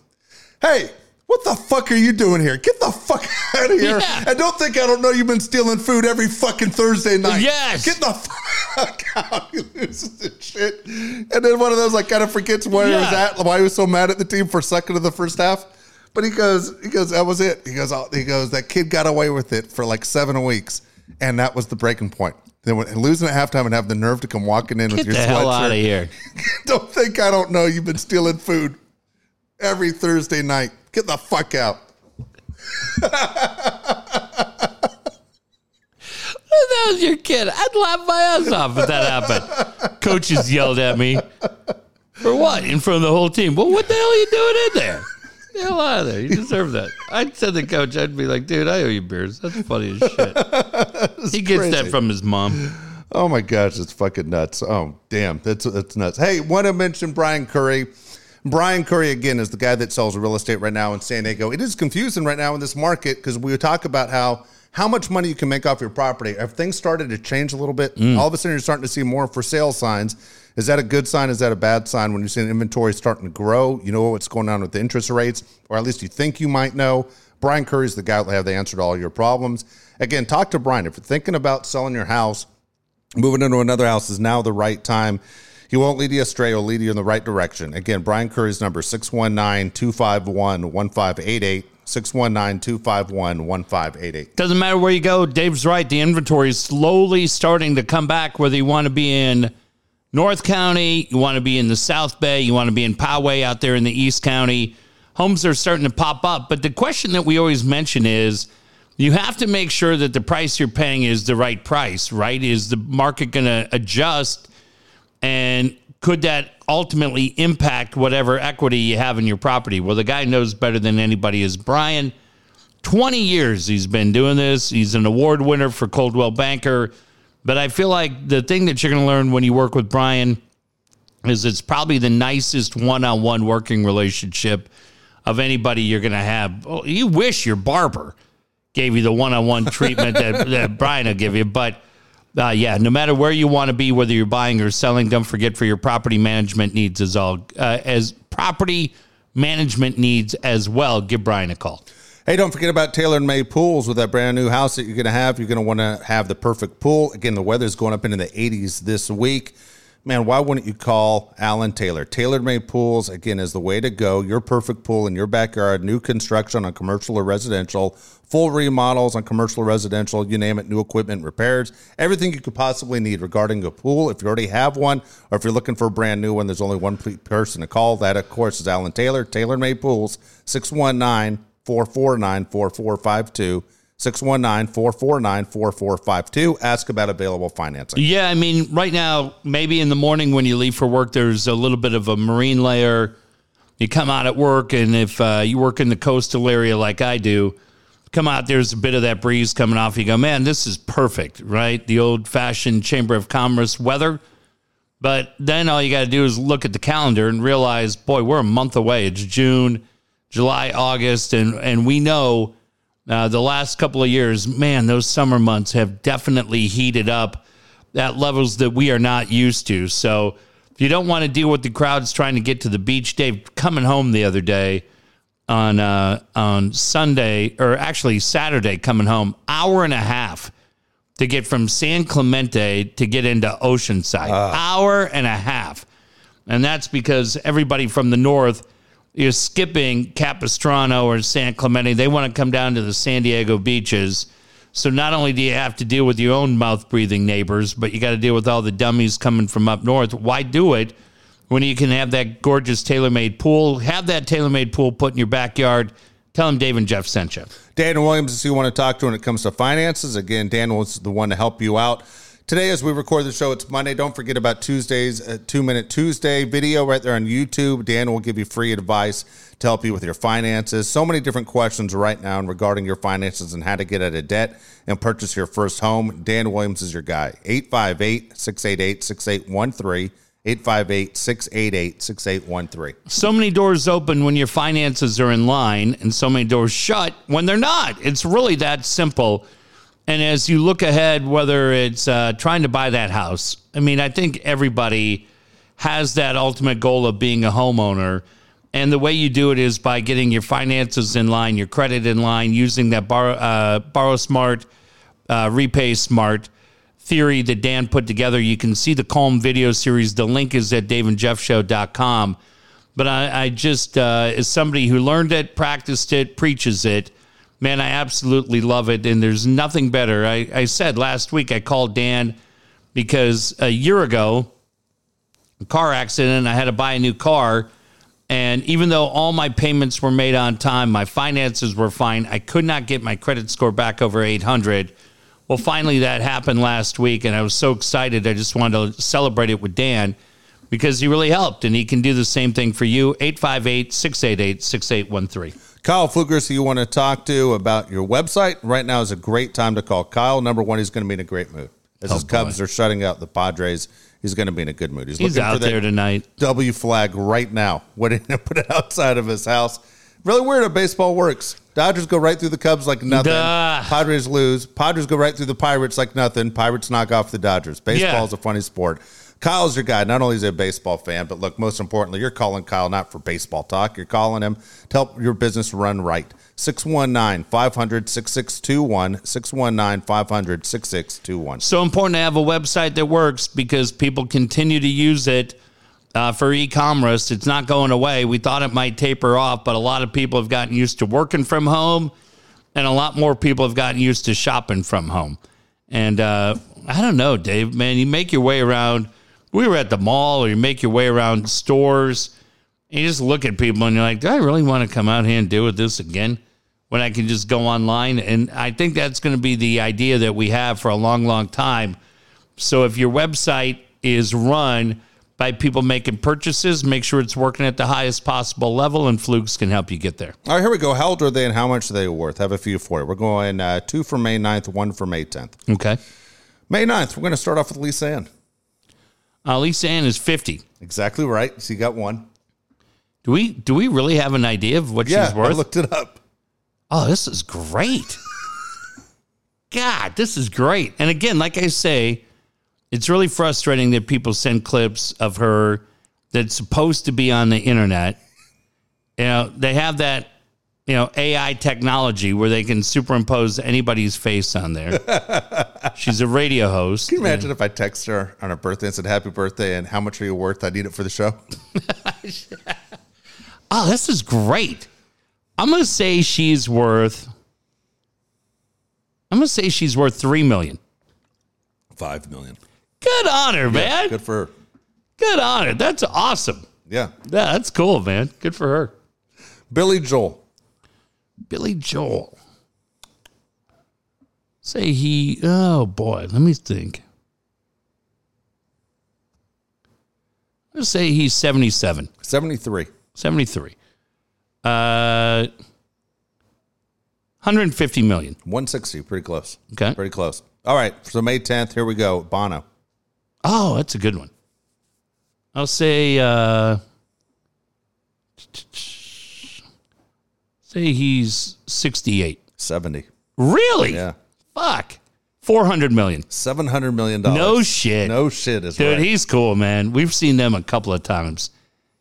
A: Hey, what the fuck are you doing here? Get the fuck out of here.
B: Yeah.
A: And don't think I don't know you've been stealing food every fucking Thursday night.
B: Yes.
A: Get the fuck out. He loses his shit. And then one of those like kind of forgets where he was
B: Yeah.
A: at, why he was so mad at the team for second of the first half. But he goes, he goes, that was it. He goes, oh, he goes, that kid got away with it for like seven weeks. And that was the breaking point. Then when- losing at halftime and have the nerve to come walking in with
B: Get
A: your
B: the hell out of
A: sweatshirt.
B: here.
A: Don't think I don't know you've been stealing food every Thursday night. Get the fuck out.
B: If that was your kid, I'd laugh my ass off if that happened. Coaches yelled at me. For what? In front of the whole team. Well, what the hell are you doing in there? Get the hell out of there. You deserve that. I'd send the coach, I'd be like, dude, I owe you beers. That's funny as shit. he gets that
A: crazy.
B: from his mom.
A: Oh my gosh, it's fucking nuts. Oh damn, that's that's nuts. Hey, want to mention Brian Curry? Brian Curry again is the guy that sells real estate right now in San Diego. It is confusing right now in this market because we talk about how how much money you can make off your property. Have things started to change a little bit? All of a sudden, you're starting to see more for sale signs. Is that a good sign? Is that a bad sign? When you're seeing inventory starting to grow, you know what's going on with the interest rates, or at least you think you might know. Brian Curry's the guy that will have the answer to all your problems. Again, talk to Brian if you're thinking about selling your house. Moving into another house is now the right time. He won't lead you astray. He'll lead you in the right direction. Again, Brian Curry's number 619-251-1588. 619-251-1588.
B: Doesn't matter where you go, Dave's right. The inventory is slowly starting to come back, whether you want to be in North County, you want to be in the South Bay, you want to be in Poway out there in the East County. Homes are starting to pop up. But the question that we always mention is you have to make sure that the price you're paying is the right price, right? Is the market going to adjust? And could that ultimately impact whatever equity you have in your property? Well, the guy knows better than anybody is Brian. 20 years he's been doing this. He's an award winner for Coldwell Banker. But I feel like the thing that you're going to learn when you work with Brian is it's probably the nicest one on one working relationship of anybody you're going to have. Oh, You wish your barber gave you the one on one treatment that, that Brian will give you. But uh, yeah, no matter where you want to be, whether you're buying or selling, don't forget for your property management needs as all uh, as property management needs as well. Give Brian a call.
A: Hey, don't forget about Taylor and May Pools with that brand new house that you're going to have. You're going to want to have the perfect pool. Again, the weather's going up into the 80s this week. man, why wouldn't you call Alan Taylor? Taylor made pools, again, is the way to go. Your perfect pool in your backyard, new construction on commercial or residential, full remodels on commercial or residential, you name it, new equipment, repairs, everything you could possibly need regarding a pool. If you already have one, or if you're looking for a brand new one, there's only one pe- person to call. That, of course, is Alan Taylor, Taylor made pools, 619 449 4452. 619 449 4452. Ask about available financing.
B: Yeah, I mean, right now, maybe in the morning when you leave for work, there's a little bit of a marine layer. You come out at work, and if uh, you work in the coastal area like I do, come out, there's a bit of that breeze coming off. You go, man, this is perfect, right? The old fashioned Chamber of Commerce weather. But then all you got to do is look at the calendar and realize, boy, we're a month away. It's June, July, August, and, and we know uh, the last couple of years, man, those summer months have definitely heated up at levels that we are not used to. So if you don't want to deal with the crowds trying to get to the beach, Dave, coming home the other day on uh, on Sunday or actually Saturday, coming home hour and a half to get from San Clemente to get into Oceanside, hour and a half, and that's because everybody from the north is skipping Capistrano or San Clemente. They want to come down to the San Diego beaches. So not only do you have to deal with your own mouth breathing neighbors, but you got to deal with all the dummies coming from up north. Why do it when you can have that gorgeous tailor made pool? Have that tailor made pool put in your backyard. Tell them Dave and Jeff sent you.
A: Dan Williams is who you want to talk to when it comes to finances. Again, Dan was the one to help you out. Today, as we record the show, it's Monday. Don't forget about Tuesday's uh, Two Minute Tuesday video right there on YouTube. Dan will give you free advice to help you with your finances. So many different questions right now regarding your finances and how to get out of debt and purchase your first home. Dan Williams is your guy. 858 688 6813. 858 688 6813.
B: So many doors open when your finances are in line, and so many doors shut when they're not. It's really that simple. And as you look ahead, whether it's uh, trying to buy that house, I mean, I think everybody has that ultimate goal of being a homeowner. And the way you do it is by getting your finances in line, your credit in line, using that borrow, uh, borrow smart, uh, repay smart theory that Dan put together. You can see the Calm video series. The link is at daveandjeffshow.com. But I, I just, uh, as somebody who learned it, practiced it, preaches it, man, I absolutely love it. And there's nothing better. I, I said last week, I called Dan because a year ago, a car accident, I had to buy a new car. And even though all my payments were made on time, my finances were fine, I could not get my credit score back over 800. Well, finally, that happened last week, and I was so excited. I just wanted to celebrate it with Dan because he really helped, and he can do the same thing for you. 858 688 6813.
A: Kyle Flugers, who you want to talk to about your website. Right now is a great time to call Kyle. Number one, he's going to be in a great mood. As his
B: Oh, boy.
A: Cubs are shutting out the Padres, he's going to be in a good mood. He's,
B: He's
A: looking
B: out
A: for that
B: there tonight.
A: W flag right now. What did he put it outside of his house? Really weird how baseball works. Dodgers go right through the Cubs like nothing.
B: Duh.
A: Padres lose. Padres go right through the Pirates like nothing. Pirates knock off the Dodgers. Baseball
B: Yeah.
A: is a funny sport. Kyle's your guy. Not only is he a baseball fan, but look, most importantly, you're calling Kyle not for baseball talk. You're calling him to help your business run right. 619 500 6621. 619 500 6621.
B: So important to have a website that works because people continue to use it uh, for e-commerce. It's not going away. We thought it might taper off, but a lot of people have gotten used to working from home, and a lot more people have gotten used to shopping from home. And uh, I don't know, Dave. Man, you make your way around. We were at the mall, or you make your way around stores. And you just look at people and you're like, do I really want to come out here and deal with this again when I can just go online? And I think that's going to be the idea that we have for a long, long time. So if your website is run by people making purchases, make sure it's working at the highest possible level, and Flukes can help you get there.
A: All right, here we go. How old are they and how much are they worth? Have a few for you. We're going uh, two for May 9th, one for May 10th.
B: Okay.
A: May 9th, we're going to start off with Lisa Ann.
B: Uh, Lisa Ann is 50.
A: Exactly right. She got one.
B: Do we do we really have an idea of what
A: Yeah,
B: she's worth?
A: I looked it up.
B: Oh, this is great. God, this is great. And again, like I say, it's really frustrating that people send clips of her that's supposed to be on the internet. You know, they have that, you know, AI technology where they can superimpose anybody's face on there. She's a radio host.
A: Can you imagine if I text her on her birthday and said happy birthday and how much are you worth? I need it for the show.
B: Oh, this is great. I'm gonna say she's worth. I'm gonna say she's worth three million.
A: Five million.
B: Good on her, man. Good.
A: Good for her.
B: on her. That's awesome.
A: Yeah.
B: Yeah, that's cool, man. Good for her.
A: Billy Joel.
B: Billy Joel. Say he. Oh boy, let me think. Let's say he's 77.
A: 73.
B: 73. Uh, 150 million.
A: 160. Pretty close.
B: Okay.
A: Pretty close. All right. So May 10th, here we go. Bono.
B: Oh, that's a good one. I'll say, uh, say he's 68.
A: 70.
B: Really?
A: Yeah.
B: Fuck. 400 million.
A: Seven hundred million dollars.
B: No shit.
A: No shit is
B: Dude,
A: right.
B: he's cool, man. We've seen them a couple of times.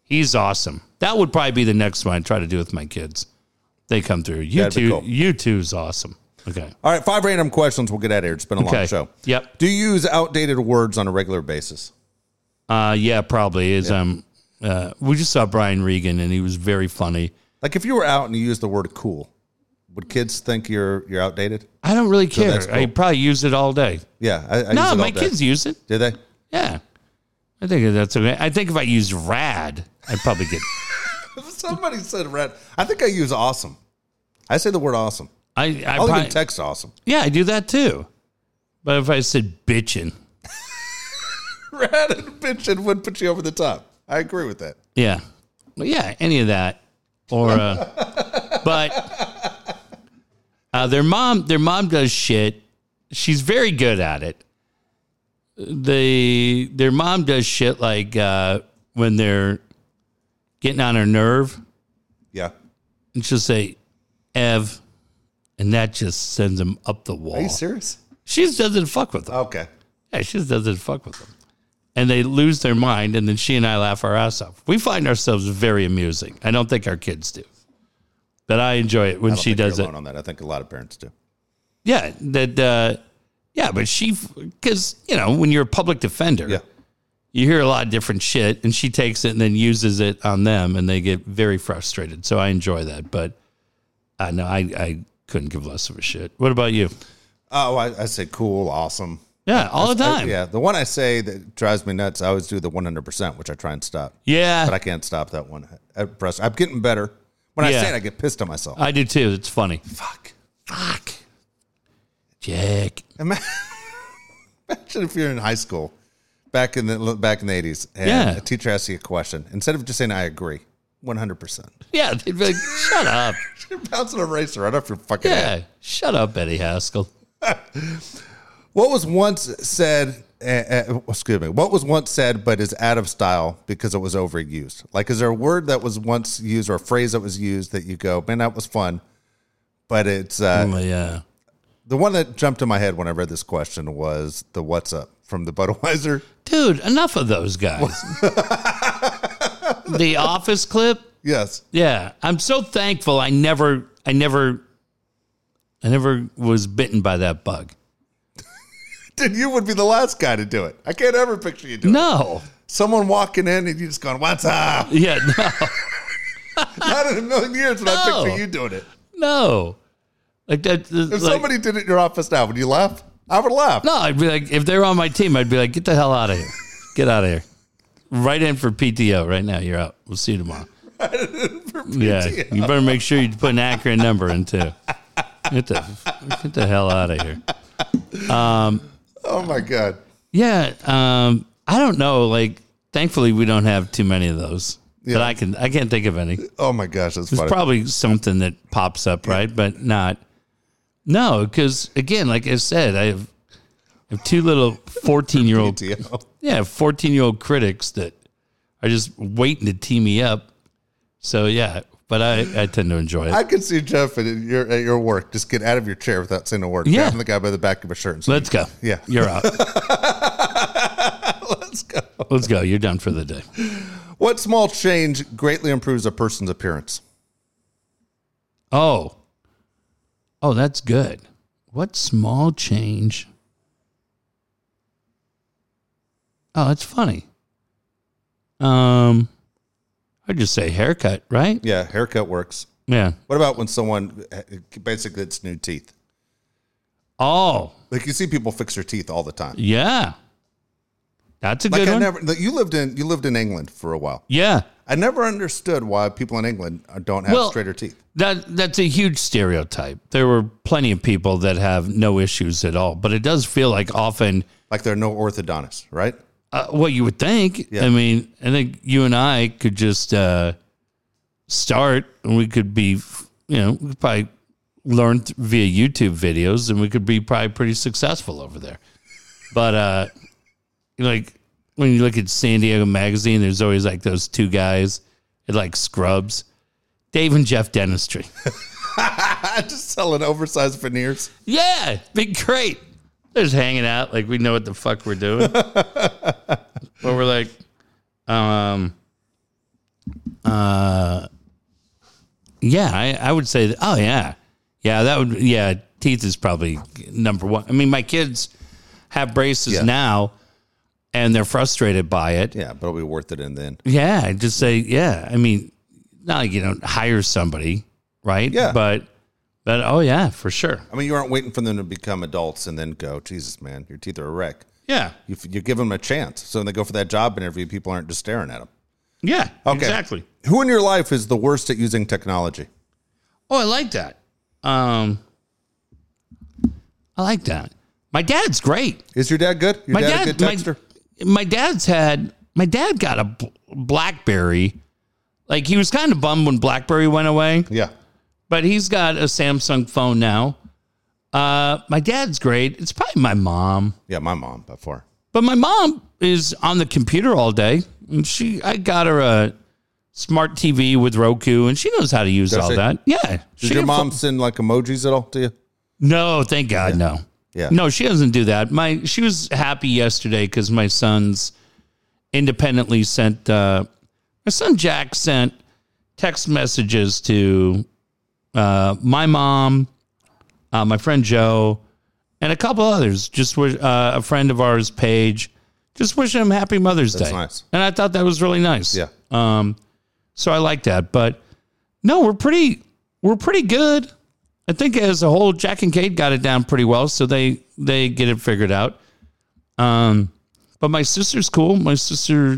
B: He's awesome. That would probably be the next one I try to do with my kids. They come through. You
A: That'd be
B: two,
A: cool.
B: you two's awesome. Okay.
A: All right, five random questions. We'll get out of here. It's been a long
B: Okay.
A: show.
B: Yep.
A: Do you use outdated words on a regular basis?
B: Uh, yeah, probably is. Um, uh, we just saw Brian Regan, and he was very funny.
A: Like if you were out and you used the word cool, would kids think you're you're outdated?
B: I don't really care.
A: that's
B: I
A: cool.
B: probably use it all day.
A: Yeah. I, I use it
B: no,
A: all
B: my
A: day.
B: kids use it.
A: Do they?
B: Yeah, I think that's okay. I think if I use rad, I'd probably get.
A: Somebody said red. I think I use awesome. I say the word awesome.
B: I, I
A: I'll
B: probably,
A: even text awesome.
B: yeah, I do that too. But if I said bitchin',
A: Red and bitchin' would put you over the top. I agree with that.
B: yeah, well, yeah, any of that, or uh, but uh, their mom, their mom does shit. She's very good at it. They their mom does shit like uh, when they're getting on her nerve.
A: Yeah.
B: and she'll say, "Ev," and that just sends them up the
A: Are
B: wall.
A: you serious?
B: She just doesn't fuck with them.
A: Okay.
B: Yeah, she just doesn't fuck with them, and they lose their mind. And then she and I laugh our ass off. We find ourselves very amusing. I don't think our kids do, but I enjoy it when
A: I don't
B: she
A: think you're
B: does it.
A: alone on that. I think a lot of parents do.
B: Yeah, that. Uh, yeah, but she because you know when you're a public defender,
A: Yeah.
B: you hear a lot of different shit, and she takes it and then uses it on them, and they get very frustrated. So I enjoy that, but I know I I couldn't give less of a shit. What about you?
A: Oh, I, I say cool, awesome.
B: Yeah, all the
A: I-
B: time. yeah.
A: yeah, the one I say that drives me nuts, I always do the 100%, which I try and stop, but I can't stop that one. I press- I'm getting better. When I
B: Yeah.
A: say it, I get pissed at myself.
B: I do too. It's funny.
A: Fuck.
B: Fuck. Jack.
A: Ima- Imagine if you're in high school back in the back in the 80s and
B: Yeah.
A: a teacher asks you a question. Instead of just saying, I agree, 100%.
B: Yeah, they'd be like, shut up.
A: You're bouncing an eraser right off your fucking head.
B: Yeah, shut up, Eddie Haskell.
A: What was once said, uh, uh, excuse me, what was once said but is out of style because it was overused? Like, is there a word that was once used or a phrase that was used that you go, man, that was fun? But it's uh,
B: Oh, yeah.
A: the one that jumped in my head when I read this question was the what's up from the Budweiser.
B: Dude, enough of those guys. the office clip.
A: Yes.
B: Yeah, I'm so thankful. I never, I never, I never was bitten by that bug.
A: Dude, you would be the last guy to do it. I can't ever picture you doing it.
B: No,
A: Someone walking in and you just going, what's up?
B: yeah, no,
A: Not in a million years would I
B: No.
A: picture you doing it.
B: no. Like that.
A: If
B: like-
A: somebody did it in your office now, would you laugh? I would laugh.
B: no, I'd be like, if they were on my team, I'd be like, get the hell out of here, get out of here, right in for PTO right now. You're out. We'll see you tomorrow. Yeah, you better make sure you put an accurate number in too. Get the get the hell out of here.
A: Oh my God.
B: Yeah, um, I don't know. Like, thankfully, we don't have too many of those. But I can I can't think of any.
A: Oh my gosh, that's funny.
B: It's probably something that pops up, right? But not. No, because again, like I said, I have, I have two little 14 year old,
A: PTO.
B: yeah, 14 year old critics that are just waiting to tee me up. So, yeah, but I, I tend to enjoy it.
A: I can see Jeff at your at your work just get out of your chair without saying a word.
B: Yeah.
A: grabbing the guy by the back of his shirt. And saying,
B: Let's go.
A: Yeah.
B: You're out.
A: Let's go.
B: Let's go. You're done for the day.
A: What small change greatly improves a person's appearance?
B: Oh. Oh, that's good. What small change Oh, that's funny. Um, I'd just say haircut, right?
A: Yeah, haircut works.
B: Yeah.
A: What about when someone eh, basically it's new teeth?
B: Oh,
A: Like you see people fix their teeth all the time.
B: yeah. That's a
A: Like
B: good
A: I
B: one.
A: never. Like you lived in you lived in England for a while.
B: yeah.
A: I never understood why people in England uh, don't have
B: Well-
A: straighter teeth.
B: That that's a huge stereotype. There were plenty of people that have no issues at all, but it does feel like often
A: Like they're no orthodontists, right?
B: uh, what you would think. I mean, I think you and I could just uh, start, and we could be, you know, we could probably learn th- via YouTube videos, and we could be probably pretty successful over there. But uh, like when you look at San Diego Magazine, there's always like those two guys, it like scrubs, Dave and Jeff Dentistry.
A: Just selling oversized veneers.
B: Yeah, be great. They're just hanging out like we know what the fuck we're doing. but we're like, um, uh, yeah, I, I would say, that, oh yeah, yeah, that would, yeah, teeth is probably number one. I mean, my kids have braces
A: Yeah.
B: now, and they're frustrated by it.
A: Yeah, but it'll be worth it in the end.
B: Yeah, I just say yeah. I mean, not like you don't hire somebody, right?
A: Yeah.
B: but but oh yeah, for sure.
A: I mean, you aren't waiting for them to become adults and then go, Jesus, man, your teeth are a wreck.
B: Yeah,
A: You, you give them a chance. So when they go for that job interview, people aren't just staring at them.
B: yeah,
A: Okay.
B: exactly.
A: Who in your life is the worst at using technology?
B: Oh, I like that. Um, I like that. My dad's great.
A: Is your dad good? Your
B: My
A: dad, a
B: dad,
A: good texter?
B: my, my dad's had. My dad got a bl- BlackBerry. Like he was kind of bummed when BlackBerry went away,
A: yeah.
B: but he's got a Samsung phone now. Uh, my dad's great. It's probably my mom,
A: Yeah, my mom by far.
B: but my mom is on the computer all day. And she, I got her a smart TV with Roku, and she knows how to use all
A: she?
B: that. Yeah. she
A: Did your
B: can
A: mom send like emojis at all to you?
B: No, thank God, no.
A: Yeah.
B: No, she doesn't do that. My she was happy yesterday because my son's independently sent uh my son Jack sent text messages to uh my mom, uh my friend Joe, and a couple others. Just wish, uh, a friend of ours, Paige, just wishing him happy Mother's Day.
A: nice.
B: And I thought that was really nice.
A: Yeah.
B: Um so I like that, but no, we're pretty we're pretty good. I think as a whole, Jack and Kate got it down pretty well, so they they get it figured out. Um, but my sister's cool. My sister,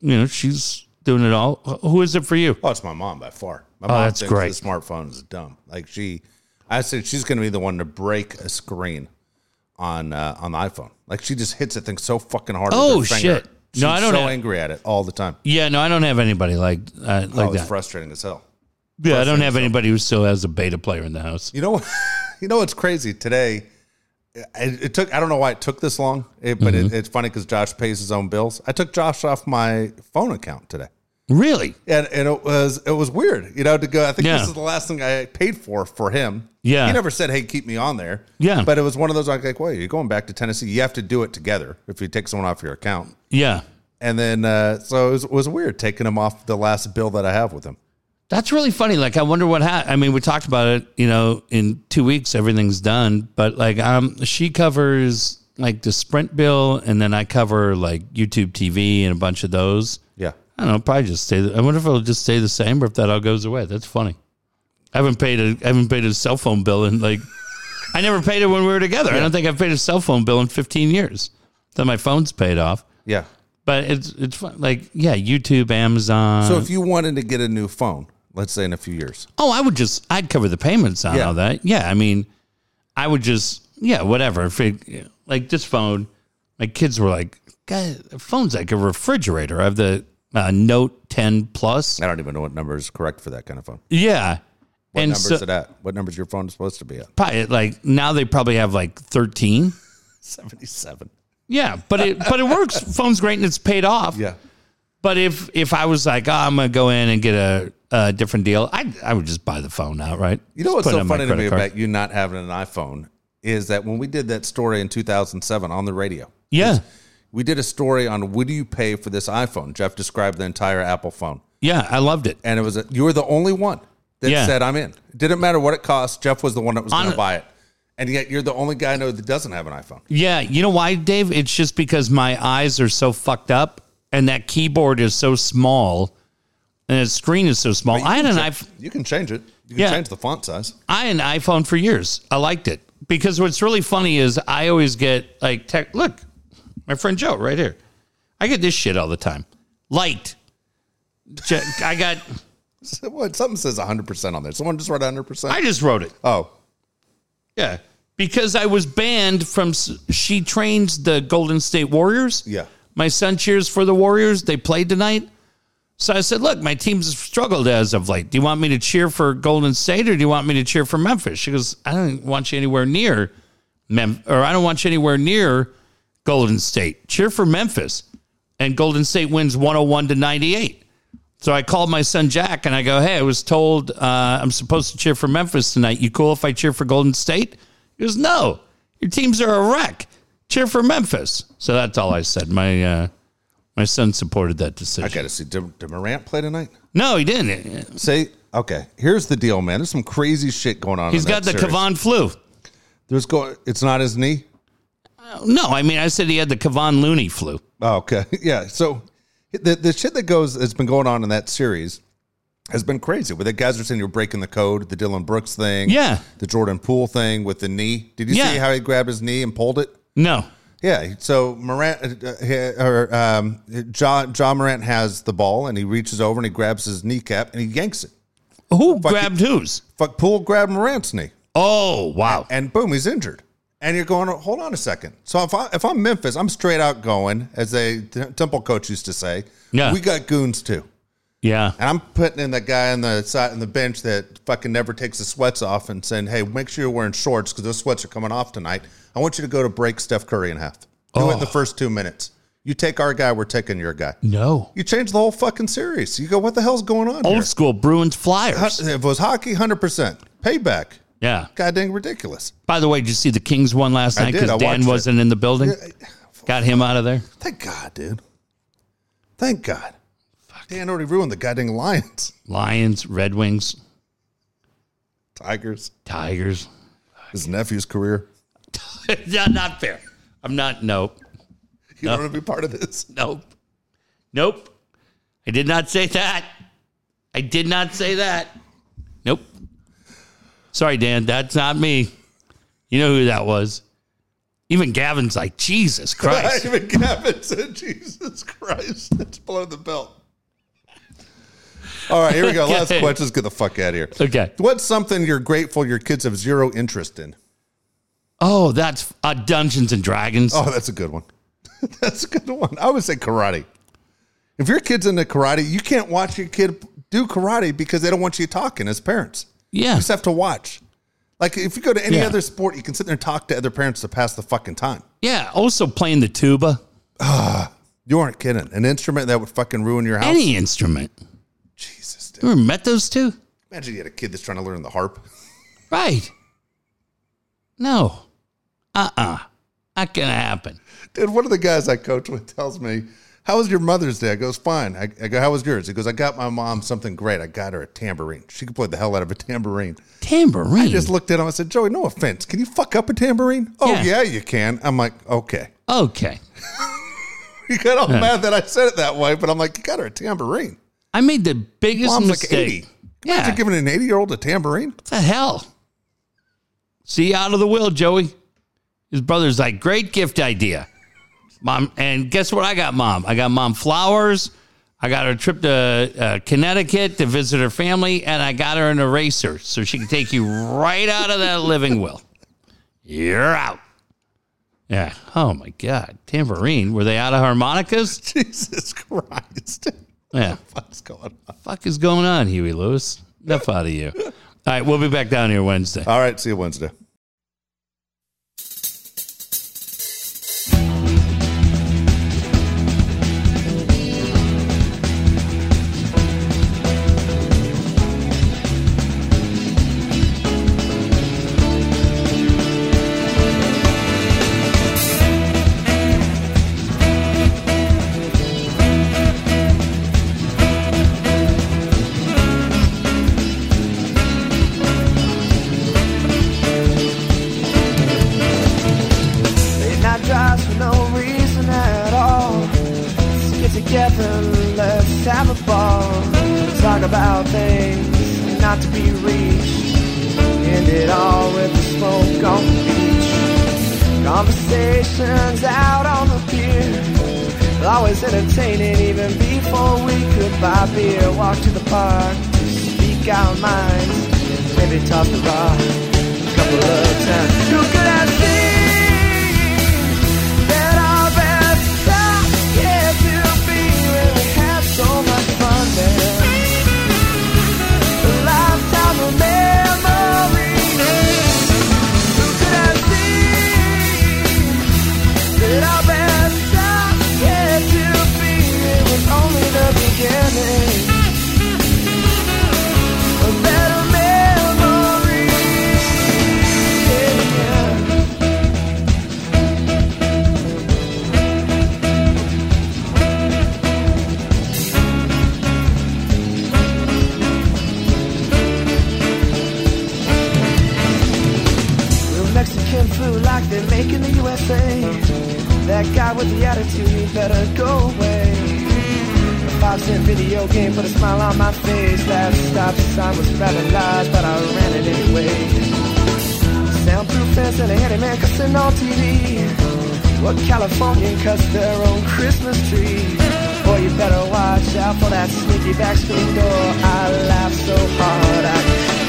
B: you know, she's doing it all. Wh- Who is it for you?
A: Oh, it's my mom by far. My mom
B: that's great.
A: the smartphone is dumb. Like she, I said she's going to be the one to break a screen on uh, on the iPhone. Like she just hits that thing so fucking hard.
B: Oh,
A: with her finger.
B: shit. No, I don't
A: So
B: have-
A: angry at it all the time.
B: Yeah, no, I don't have anybody like uh, like
A: oh, it's
B: that.
A: frustrating as hell.
B: yeah, I don't have anybody who still has a beta player in the house.
A: You know, you know what's crazy today? It, it took. I don't know why it took this long, it, but
B: Mm-hmm.
A: it, it's funny because Josh pays his own bills. I took Josh off my phone account today.
B: Really?
A: and and it was it was weird, you know, to go. I think
B: Yeah.
A: this is the last thing I paid for for him.
B: Yeah.
A: he never said, "Hey, keep me on there."
B: Yeah.
A: but it was one of those like, like, well, you're going back to Tennessee. You have to do it together if you take someone off your account.
B: Yeah,
A: And then uh, so it was, it was weird taking him off the last bill that I have with him.
B: that's really funny. Like, I wonder what happened. I mean, we talked about it. You know, in two weeks, everything's done. But like, um, she covers like the Sprint bill, and then I cover like YouTube TV and a bunch of those.
A: Yeah,
B: I don't know. Probably just stay. I wonder if it'll just stay the same, or if that all goes away. That's funny. I haven't paid a I haven't paid a cell phone bill in like I never paid it when we were together. I don't think I've paid a cell phone bill in 15 years. Then my phone's paid off,
A: yeah.
B: but it's it's fun. like yeah, YouTube, Amazon.
A: So if you wanted to get a new phone, let's say in a few years,
B: oh, I would just I'd cover the payments on
A: Yeah.
B: all that. Yeah, I mean, I would just yeah whatever. If it, like this phone, my kids were like, "God, the phone's like a refrigerator." I have the uh, Note 10 Plus.
A: I don't even know what number is correct for that kind of phone.
B: Yeah.
A: What
B: and
A: number's
B: so,
A: it at? What number's your phone supposed to be at?
B: probably, like now they probably have like 13.
A: Seventy-seven.
B: Yeah, but it but it works. Phone's great and it's paid off.
A: Yeah,
B: But if if I was like, oh, I'm gonna go in and get a, a different deal, I I would just buy the phone outright.
A: You know what's
B: Just put it
A: so
B: on my
A: funny to me
B: credit card.
A: about you not having an iPhone is that when we did that story in 2007 on the radio,
B: Yeah,
A: we did a story on would you pay for this iPhone? Jeff described the entire Apple phone,
B: yeah, I loved it.
A: and it was a, you were the only one that
B: Yeah.
A: said I'm in. It didn't matter what it cost. Jeff was the one that was going to buy it, and yet you're the only guy I know that doesn't have an iPhone.
B: Yeah, you know why, Dave? It's just because my eyes are so fucked up, and that keyboard is so small, and the screen is so small. I had an iPhone.
A: You can change it. You can
B: Yeah.
A: change the font size.
B: I had an iPhone for years. I liked it because what's really funny is I always get like tech. Look, my friend Joe right here. I get this shit all the time. Light. Je- I got.
A: What? Something says 100% on there. Someone just wrote 100%.
B: I just wrote it.
A: oh,
B: Yeah, because I was banned from. s- She trains the Golden State Warriors.
A: yeah.
B: My son cheers for the Warriors. They played tonight. So I said, Look, my team's struggled as of late. Do you want me to cheer for Golden State or do you want me to cheer for Memphis? She goes, I don't want you anywhere near Mem or I don't want you anywhere near Golden State. Cheer for Memphis. And Golden State wins 101 to 98. So I called my son Jack and I go, Hey, I was told uh, I'm supposed to cheer for Memphis tonight. You cool if I cheer for Golden State? He goes, No, your teams are a wreck. Cheer for Memphis. So that's all I said. My uh, my son supported that decision.
A: I got to see. Did, did Morant play tonight?
B: No, he didn't.
A: See, okay. Here's the deal, man. There's some crazy shit going on.
B: He's
A: He's
B: got the Kavan flu.
A: There's going. It's not his knee.
B: No, I mean, I said he had the Kavan Looney flu.
A: Oh, okay. Yeah. So the the shit that goes that's been going on in that series has been crazy. Where the guys are saying you're breaking the code, the Dylan Brooks thing,
B: Yeah.
A: the Jordan Poole thing with the knee. Did you
B: Yeah.
A: see how he grabbed his knee and pulled it?
B: No.
A: Yeah. So Morant uh, uh, or um, John John Morant has the ball and he reaches over and he grabs his kneecap and he yanks it.
B: Who grabbed whose?
A: Fuck, Poole grabbed Morant's knee.
B: Oh, wow.
A: and boom, he's injured. And you're going, hold on a second. So if I if I'm Memphis, I'm straight out going, as a t- temple coach used to say.
B: Yeah.
A: we got goons too,
B: Yeah.
A: and I'm putting in the guy on the side on the bench that fucking never takes the sweats off, and saying, hey, make sure you're wearing shorts because those sweats are coming off tonight. I want you to go to break Steph Curry in half. Do it in the first two minutes. You take our guy, we're taking your guy.
B: No.
A: You change the whole fucking series. You go, what the hell's going on here?
B: Old school Bruins Flyers.
A: If it was hockey, hundred percent payback.
B: Yeah.
A: God dang ridiculous.
B: By the way, did you see the Kings won last night
A: did. I
B: because Dan
A: watched it.
B: wasn't in the building? Got him out of there.
A: Thank God, dude. Thank God. Dan already ruined the goddamn Lions,
B: Lions, Red Wings,
A: Tigers,
B: Tigers.
A: his nephew's career.
B: yeah, not fair. I'm not. Nope.
A: You don't want to be part of this.
B: Nope. Nope. I did not say that. I did not say that. Nope. Sorry, Dan. That's not me. You know who that was. Even Gavin's like, Jesus Christ.
A: Even Gavin said, "Jesus Christ, let's blow the belt." All right, here we go. Last
B: Okay.
A: question. Let's get the fuck out of here.
B: Okay.
A: What's something you're grateful your kids have zero interest in?
B: Oh, that's uh, Dungeons and Dragons.
A: Oh, that's a good one. that's a good one. I would say karate. If your kid's into karate, you can't watch your kid do karate because they don't want you talking as parents.
B: yeah.
A: just have to watch. Like if you go to any
B: Yeah.
A: other sport, you can sit there and talk to other parents to pass the fucking time.
B: Yeah. Also playing the tuba.
A: You aren't kidding. An instrument that would fucking ruin your house.
B: Any instrument.
A: Jesus, dude.
B: You ever met those two?
A: Imagine you had a kid that's trying to learn the harp.
B: Right. No. Uh-uh. Not going to happen.
A: Dude, one of the guys I coach with tells me, "How was your Mother's Day?" I goes, "Fine." I, I go, "How was yours?" He goes, "I got my mom something great. I got her a tambourine. She could play the hell out of a tambourine."
B: Tambourine.
A: Just looked at him. I said, "Joey, no offense. Can you fuck up a tambourine?" Oh
B: Yeah.
A: yeah, you can. I'm like, okay.
B: okay.
A: He got all mad that I said it that way, but I'm like, you got her a tambourine.
B: I made the biggest
A: Mom's like
B: mistake.
A: 80.
B: Yeah,
A: Imagine giving an 80 year old a tambourine.
B: what the hell? See you out of the will, Joey. His brother's like, great gift idea, mom. And guess what? I got mom. I got mom flowers. I got her a trip to uh, Connecticut to visit her family, and I got her an eraser so she can take you right out of that living will. You're out. Yeah. Oh my God. Tambourine. Were they out of harmonicas?
A: Jesus Christ.
B: Yeah.
A: What's going on?
B: fuck is going on, Huey Lewis? Enough out of you. All right, we'll be back down here Wednesday.
A: All right. See you Wednesday.
C: together, let's have a ball. Talk about things not to be reached. End it all with a smoke on the beach. Conversations out on the pier. Always entertaining even before we could buy beer. Walk to the park, speak our minds, maybe toss the rock a couple of times. You could have seen that our best times yet to be when we had so much fun then. A lifetime of memories. You could have seen that our best times yet to be. It was only the beginning. A better memory. Yeah. Real Mexican food like they make in the USA. That guy with the attitude, he better go away. A five cent video game put a smile on my face. That stop sign was rather large, but I ran it anyway. Soundproof fence and a handyman cussing on TV. What Californian cuts their own Christmas tree? Boy, you better watch out for that sneaky back screen door. I laughed so hard I